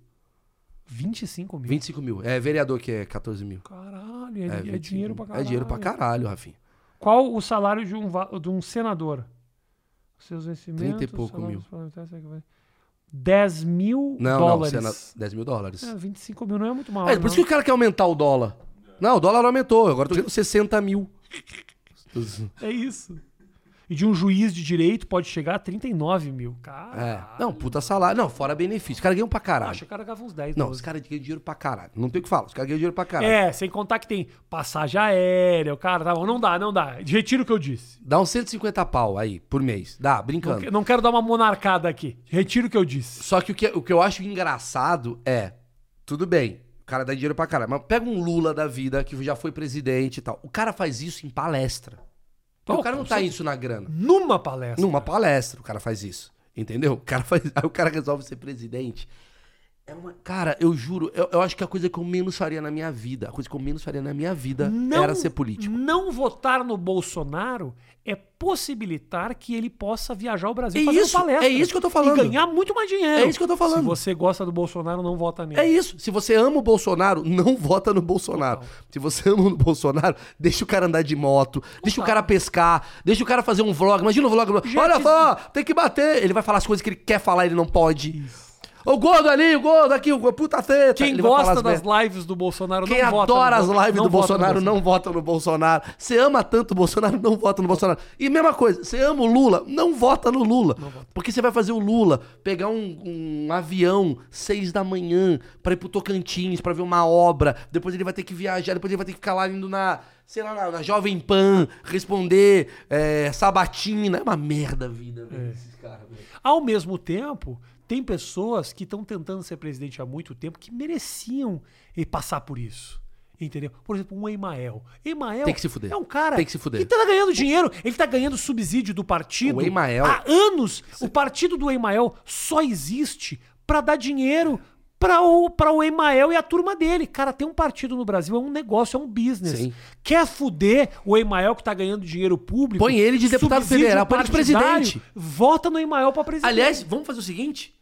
A: 25 mil.
D: 25 mil. É vereador que é 14 mil.
A: Caralho, é, é
D: 25
A: dinheiro pra caralho.
D: É dinheiro pra caralho, Rafinha.
A: Qual o salário de um, va- de um senador? Os Seus vencimentos.
D: 30 e pouco
A: salários
D: mil.
A: parlamentares, sei que vai- 10 mil
D: Não,
A: dólares.
D: não. Sena... 10 mil dólares.
A: É, 25 mil não é muito mal.
D: É, por isso que o cara quer aumentar o dólar. Não, o dólar aumentou, agora eu tô ganhando 60 mil.
A: é isso. e de um juiz de direito pode chegar a 39 mil.
D: É.
A: Cara,
D: Não, puta salário. Não, fora benefício. Os caras ganham pra caralho.
A: acho que o cara ganhava uns 10
D: Não,
A: 12.
D: os caras ganham dinheiro pra caralho. Não tem o que falar. Os caras ganham dinheiro pra caralho.
A: É, sem contar que tem passagem aérea, o cara tá bom. Não dá, não dá. Retiro o que eu disse.
D: Dá uns 150 pau aí por mês. Dá,
A: Não,
D: brincando.
A: que- não quero dar uma monarcada aqui. Retiro o que eu disse.
D: Só que o, que o que eu acho engraçado é, tudo bem, o cara dá dinheiro pra caralho, mas pega um Lula da vida que já foi presidente e tal. O cara faz isso em palestra. Porque
A: Pô,
D: o cara não
A: com
D: tá isso na grana.
A: Numa palestra.
D: Numa palestra o cara faz isso. Entendeu? O cara faz, aí o cara resolve ser presidente. É uma, cara, eu juro, eu, eu acho que a coisa que eu menos faria na minha vida, a coisa que eu menos faria na minha vida era ser político.
A: Não votar no Bolsonaro é possibilitar que ele possa viajar ao Brasil
D: É
A: fazendo
D: isso,
A: palestra.
D: é isso que eu tô falando.
A: E ganhar muito mais dinheiro.
D: É isso que eu tô falando.
A: Se você gosta do Bolsonaro, não vota nele.
D: É isso. Se você ama o Bolsonaro, não vota no Bolsonaro. Se você ama o Bolsonaro, deixa o cara andar de moto, deixa o cara pescar, deixa o cara fazer um vlog. Imagina um vlog. Olha só, tem que bater. Ele vai falar as coisas que ele quer falar, ele não pode. O gordo ali, o gordo aqui, o puta teta.
A: Quem
D: ele vai falar
A: gosta
D: as
A: das
D: merda.
A: lives do Bolsonaro
D: Quem
A: não vota.
D: adora
A: no
D: as
A: Bol-
D: lives do
A: vota no
D: Bolsonaro não vota no Bolsonaro. Você ama tanto o Bolsonaro, não vota no Bolsonaro. E mesma coisa, você ama o Lula, não vota no Lula. Porque você vai fazer o Lula pegar um, um avião seis da manhã pra ir pro Tocantins, pra ver uma obra. Depois ele vai ter que viajar, depois ele vai ter que ficar lá indo na, sei lá, na, na Jovem Pan, responder é, Sabatina. É uma merda a vida, velho, desses caras, velho.
A: Ao mesmo tempo, tem pessoas que estão tentando ser presidente há muito tempo que mereciam eh, passar por isso. Entendeu? Por exemplo, um Emael. Emael
D: Tem que se fuder.
A: é um cara
D: Tem que se fuder.
A: tá ganhando dinheiro, ele tá ganhando subsídio do partido.
D: O Emael-
A: Há anos, o partido do Emael só existe pra dar dinheiro pra o, pra o Emael e a turma dele. Cara, tem um partido no Brasil, é um negócio, é um business.
D: Sim.
A: Quer fuder o Emael que tá ganhando dinheiro público?
D: Põe ele de deputado
A: subsídio
D: federal, põe ele de
A: partidário,
D: presidente.
A: Vota no Emael pra presidente.
D: Aliás, vamos fazer o seguinte?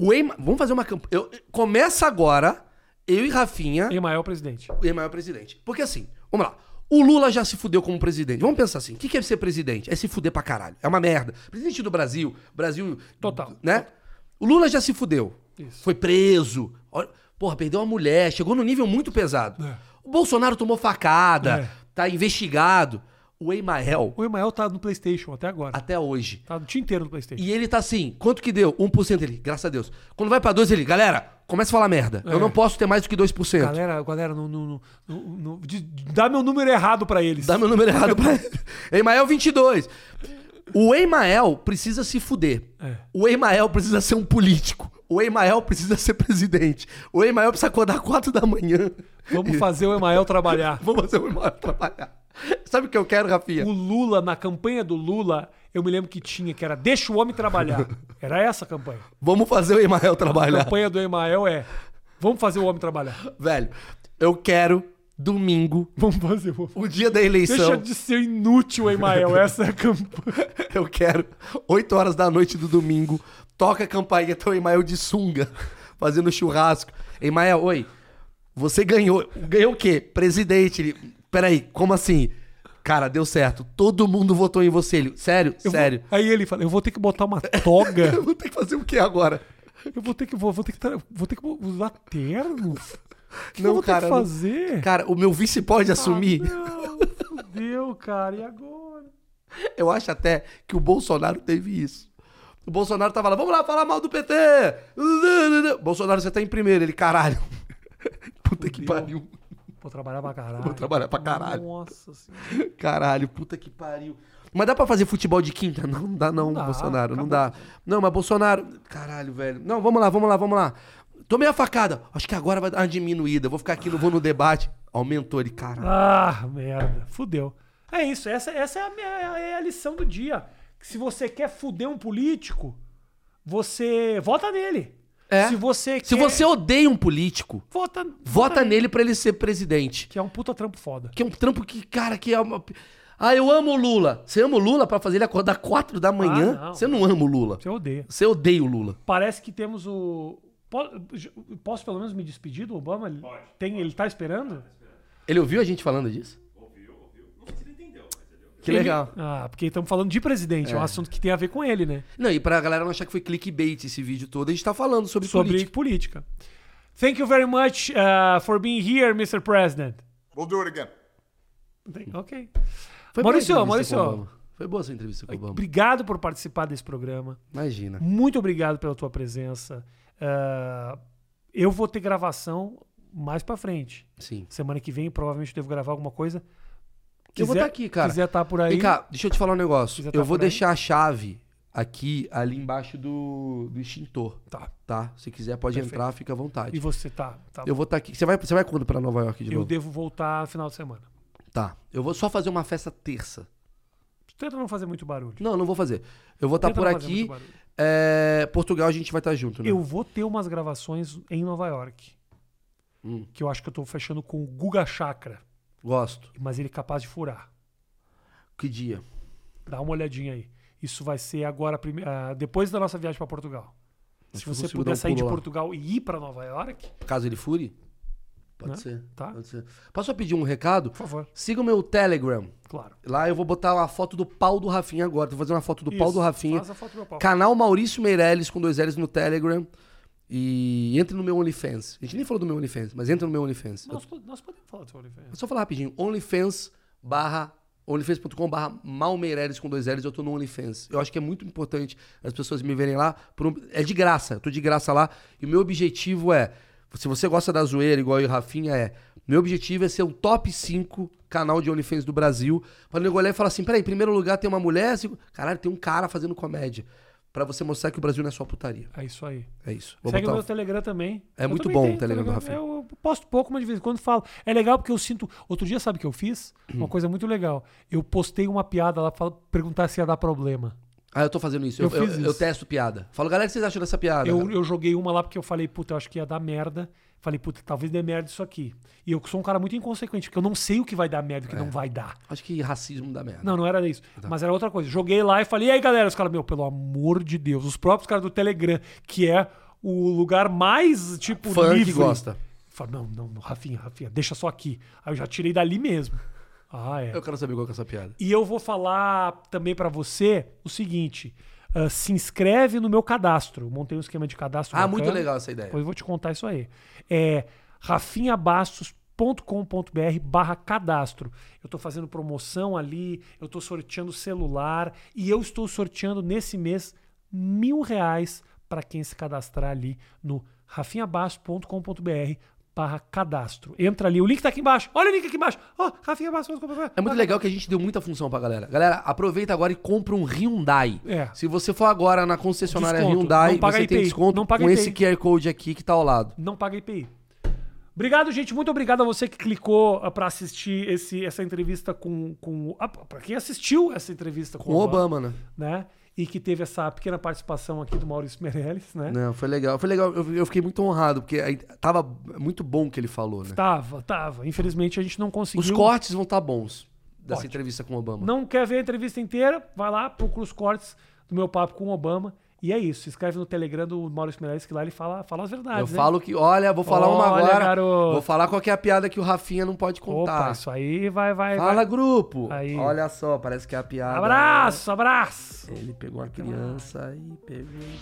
D: O Ema... Vamos fazer uma campanha. Eu... Começa agora, eu e Rafinha,
A: Emael presidente.
D: o Ema é o presidente. Porque assim, vamos lá. O Lula já se fudeu como presidente. Vamos pensar assim: o que que é ser presidente? É se fuder pra caralho. É uma merda. Presidente do Brasil, Brasil.
A: Total.
D: Né? O Lula já se fudeu.
A: Isso.
D: Foi preso. Olha- Porra, perdeu uma mulher. Chegou num nível muito pesado.
A: É.
D: O Bolsonaro tomou facada.
A: É.
D: Tá investigado. O Emael,
A: O Emael tá no PlayStation até agora.
D: até hoje,
A: Tá o dia inteiro no PlayStation.
D: e ele tá assim, quanto que deu? 1% ele, graças a Deus. Quando vai pra 2, ele, galera, começa a falar merda. Eu não posso ter mais do que 2%.
A: É. Galera, galera, não, não, não- não- não- de- de- dá meu número errado pra eles.
D: Dá meu número errado pra ele. Emael 22. O Emael precisa se fuder.
A: É.
D: O Emael precisa ser um político. O Emael precisa ser presidente. O Emael precisa acordar 4 da manhã.
A: Vamos fazer o Emael trabalhar.
D: Vamos fazer o Emael trabalhar. Sabe o que eu quero, Rafinha?
A: O Lula, na campanha do Lula, eu me lembro que tinha, que era Deixa o Homem Trabalhar. Era essa a campanha.
D: Vamos fazer o Emael
A: A
D: trabalhar.
A: campanha do Emael é Vamos fazer o Homem Trabalhar.
D: Velho, eu quero domingo,
A: Vamos fazer o
D: o dia da
A: Deixa
D: eleição.
A: de ser inútil, Emael. Essa é a campanha.
D: Eu quero, 8 horas da noite do domingo, toca a campainha, o Emael de sunga, fazendo churrasco. Emael, oi, você ganhou. Ganhou o quê? Presidente. Ele, peraí, como assim? Cara, deu certo. Todo mundo votou em você. Ele, sério?
A: Eu vou-
D: sério.
A: Aí ele fala: Eu vou ter que botar uma toga.
D: Eu vou ter que fazer o que agora?
A: Eu vou ter que, vou, vou ter que, tra- vou ter que usar terno? O que
D: Não,
A: eu vou
D: cara,
A: ter que
D: não.
A: fazer?
D: Cara, o meu vice pode assumir.
A: Não, fudeu, cara. E agora?
D: Eu acho até que o Bolsonaro teve isso. O Bolsonaro tava lá, vamos lá falar mal do PT! Bolsonaro, você tá em primeiro. Ele, caralho. Puta que
A: Fudeu.
D: pariu.
A: Vou trabalhar pra caralho.
D: Vou trabalhar pra caralho.
A: Nossa senhora.
D: Caralho, puta que pariu. Mas dá pra fazer futebol de quinta? Não, não dá não,
A: dá,
D: Bolsonaro, não
A: acabou
D: dá. Não, mas Bolsonaro... Caralho, velho. Não, vamos lá, vamos lá, vamos lá. Tomei a facada. Acho que agora vai dar uma diminuída. Eu Vou ficar aqui, não vou no debate. Aumentou ele, caralho.
A: Ah, merda. Fudeu. É isso. Essa, essa é, a, minha- é a lição do dia. Que se você quer fuder um político, você vota nele.
D: É.
A: Se você
D: Se
A: quer-
D: você odeia um político,
A: Vota,
D: vota nele pra ele ser presidente.
A: Que é um puta trampo foda.
D: Que é um trampo que, cara, que é uma... Ah, eu amo o Lula. Você ama o Lula pra fazer ele acordar quatro da manhã?
A: Ah, não.
D: Você não ama o Lula.
A: Você odeia.
D: Você odeia o Lula.
A: Parece que temos o. Po- Posso pelo menos me despedir do Obama? Tem, ele tá esperando?
D: Ele ouviu a gente falando disso?
C: Ouviu, ouviu. Não sei se ele entendeu, mas entendeu.
D: Que legal.
A: Ah, porque estamos falando de presidente, é. um assunto que tem a ver com ele, né?
D: Não, e pra galera não achar que foi clickbait esse vídeo todo, a gente tá falando sobre,
A: Sobre
D: política.
A: política. Thank you very much uh, for being here, Mr. President.
B: We'll do it again.
A: Ok.
D: Foi boa a
A: Maurício,
D: entrevista com o
A: Maurício,
D: Obama. Foi boa essa entrevista com o Obama.
A: Obrigado por participar desse programa.
D: Imagina.
A: Muito obrigado pela tua presença. Ah, eu vou ter gravação mais pra frente.
D: Sim.
A: Semana que vem, provavelmente, eu devo gravar alguma coisa.
D: Eu vou
A: Quiser-
D: tá aqui, cara.
A: Quiser estar por aí.
D: Vem cá, deixa eu te falar um negócio.
A: Quiser tá
D: eu vou
A: por aí?
D: deixar a chave aqui, ali embaixo do, do extintor.
A: Tá.
D: Tá? Se quiser, pode
A: Perfeito.
D: entrar, fica à vontade.
A: E você tá. tá
D: Eu vou estar aqui. Você vai, você vai quando pra Nova York de
A: eu
D: novo?
A: devo voltar no final de semana.
D: Tá. Eu vou só fazer uma festa terça.
A: Tenta não fazer muito barulho.
D: Não, não vou fazer. Eu vou estar
A: Tenta
D: por
A: não fazer
D: aqui.
A: muito barulho.
D: É, Portugal a gente vai estar junto, né?
A: Eu vou ter umas gravações em Nova York.
D: Hum.
A: Que eu acho que eu tô fechando com o Guga Chakra.
D: Gosto.
A: Mas ele é capaz de furar.
D: Que dia?
A: Dá uma olhadinha aí. Isso vai ser agora, prime- ah, depois da nossa viagem pra Portugal.
D: Acho
A: Se
D: que eu
A: você
D: consigo dar um
A: puder sair de
D: pulo lá.
A: Portugal e ir pra Nova York,
D: Caso ele fure? Pode
A: Né?
D: ser.
A: Tá.
D: Pode ser. Posso só pedir um recado?
A: por favor,
D: Siga o meu Telegram.
A: claro.
D: Lá eu vou botar uma foto do pau do Rafinha agora. Vou fazer uma foto do pau
A: Isso,
D: do Rafinha.
A: Faz a foto do meu pau.
D: Canal Maurício Meirelles com dois L's no Telegram. E entre no meu OnlyFans. A gente nem falou do meu OnlyFans, mas entra no meu OnlyFans. Eu-
A: Nós, po- nós podemos falar do seu
D: É
A: OnlyFans.
D: só falar rapidinho. OnlyFans barra onlyfans.com barra malmeireles com dois L's, eu tô no OnlyFans. Eu acho que é muito importante as pessoas me verem lá. por um- É de graça, eu tô de graça lá. E o meu objetivo é, se você gosta da zoeira igual eu e o Rafinha é, meu objetivo é ser o top 5 canal de OnlyFans do Brasil. Pra nego olhar e falar assim, peraí, em primeiro lugar tem uma mulher, segundo... caralho, tem um cara fazendo comédia. Pra você mostrar que o Brasil não é só putaria.
A: É isso aí.
D: É isso. Vou
A: Segue o
D: botar-
A: meu Telegram também.
D: É
A: Eu
D: muito
A: também
D: bom o
A: tenho
D: Telegram do Rafinha.
A: Eu posto pouco, mas de vez em quando falo. É legal porque eu sinto. Outro dia, sabe o que eu fiz?
D: Hum.
A: Uma coisa muito legal. Eu postei uma piada lá pra fal- perguntar se ia dar problema.
D: Ah, eu tô fazendo isso. Eu,
A: Eu fiz
D: eu- eu
A: isso.
D: testo piada. Falo, galera, o que vocês acham dessa piada?
A: Eu,
D: cara?"
A: eu joguei uma lá porque eu falei, puta, eu acho que ia dar merda. Falei, puta, talvez dê merda isso aqui. E eu sou um cara muito inconsequente, porque eu não sei o que vai dar merda e
D: É.
A: o que não vai dar.
D: Acho que racismo dá merda.
A: Não, não era isso.
D: Tá.
A: Mas era outra coisa. Joguei lá e falei, e aí, galera? Os caras, meu, pelo amor de Deus. Os próprios caras do Telegram, que é o lugar mais, tipo,
D: Fã que
A: livre.
D: gosta.
A: Fala, não, não, não, Rafinha, Rafinha, deixa só aqui. Aí eu já tirei dali mesmo. Ah, é.
D: Eu quero saber qual que é essa piada.
A: E eu vou falar também pra você o seguinte: ah, se inscreve no meu cadastro. Eu Montei um esquema de cadastro.
D: Ah,
A: bacana.
D: muito legal essa ideia.
A: Depois eu vou te contar isso aí. É rafinhabastos.com.br barra cadastro. Eu tô fazendo promoção ali, eu tô sorteando celular e eu estou sorteando nesse mês mil reais para quem se cadastrar ali no rafinhabastos.com.br barra cadastro. Entra ali, o link tá aqui embaixo. Olha o link aqui embaixo. Ó, rafinhabastos.com.br.
D: É muito legal que a gente deu muita função pra galera. Galera, aproveita agora e compra um Hyundai.
A: É.
D: Se você for agora na concessionária
A: Desconto.
D: Hyundai,
A: Não paga
D: você tem
A: IPI.
D: desconto
A: Não paga
D: com
A: IPI.
D: esse QR Code aqui que tá ao lado.
A: não paga IPI. Obrigado, gente. Muito obrigado a você que clicou para assistir esse, essa entrevista com. com para quem assistiu essa entrevista com,
D: Com o Obama, né?
A: né? E que teve essa pequena participação aqui do Maurício Meirelles, né?
D: Não, foi legal. Foi legal. Eu, eu fiquei muito honrado, porque aí tava muito bom o que ele falou, né?
A: Tava, tava. Infelizmente a gente não conseguiu.
D: Os cortes vão estar bons dessa
A: Ótimo.
D: entrevista com o Obama.
A: Não quer ver a entrevista inteira? Vai lá, procura os cortes do meu papo com o Obama. E é isso. Se inscreve no Telegram do Maurício Meirelles, que lá ele fala, fala as verdades.
D: Eu
A: né?
D: falo que, olha, vou falar uma
A: Olha,
D: agora.
A: garoto.
D: Vou falar qual que é a piada que o Rafinha não pode contar.
A: né? Opa, isso aí vai, vai.
D: Fala,
A: vai.
D: grupo.
A: Aí.
D: Olha só, parece que é a piada.
A: Abraço, abraço.
D: Ele pegou a criança e pegou.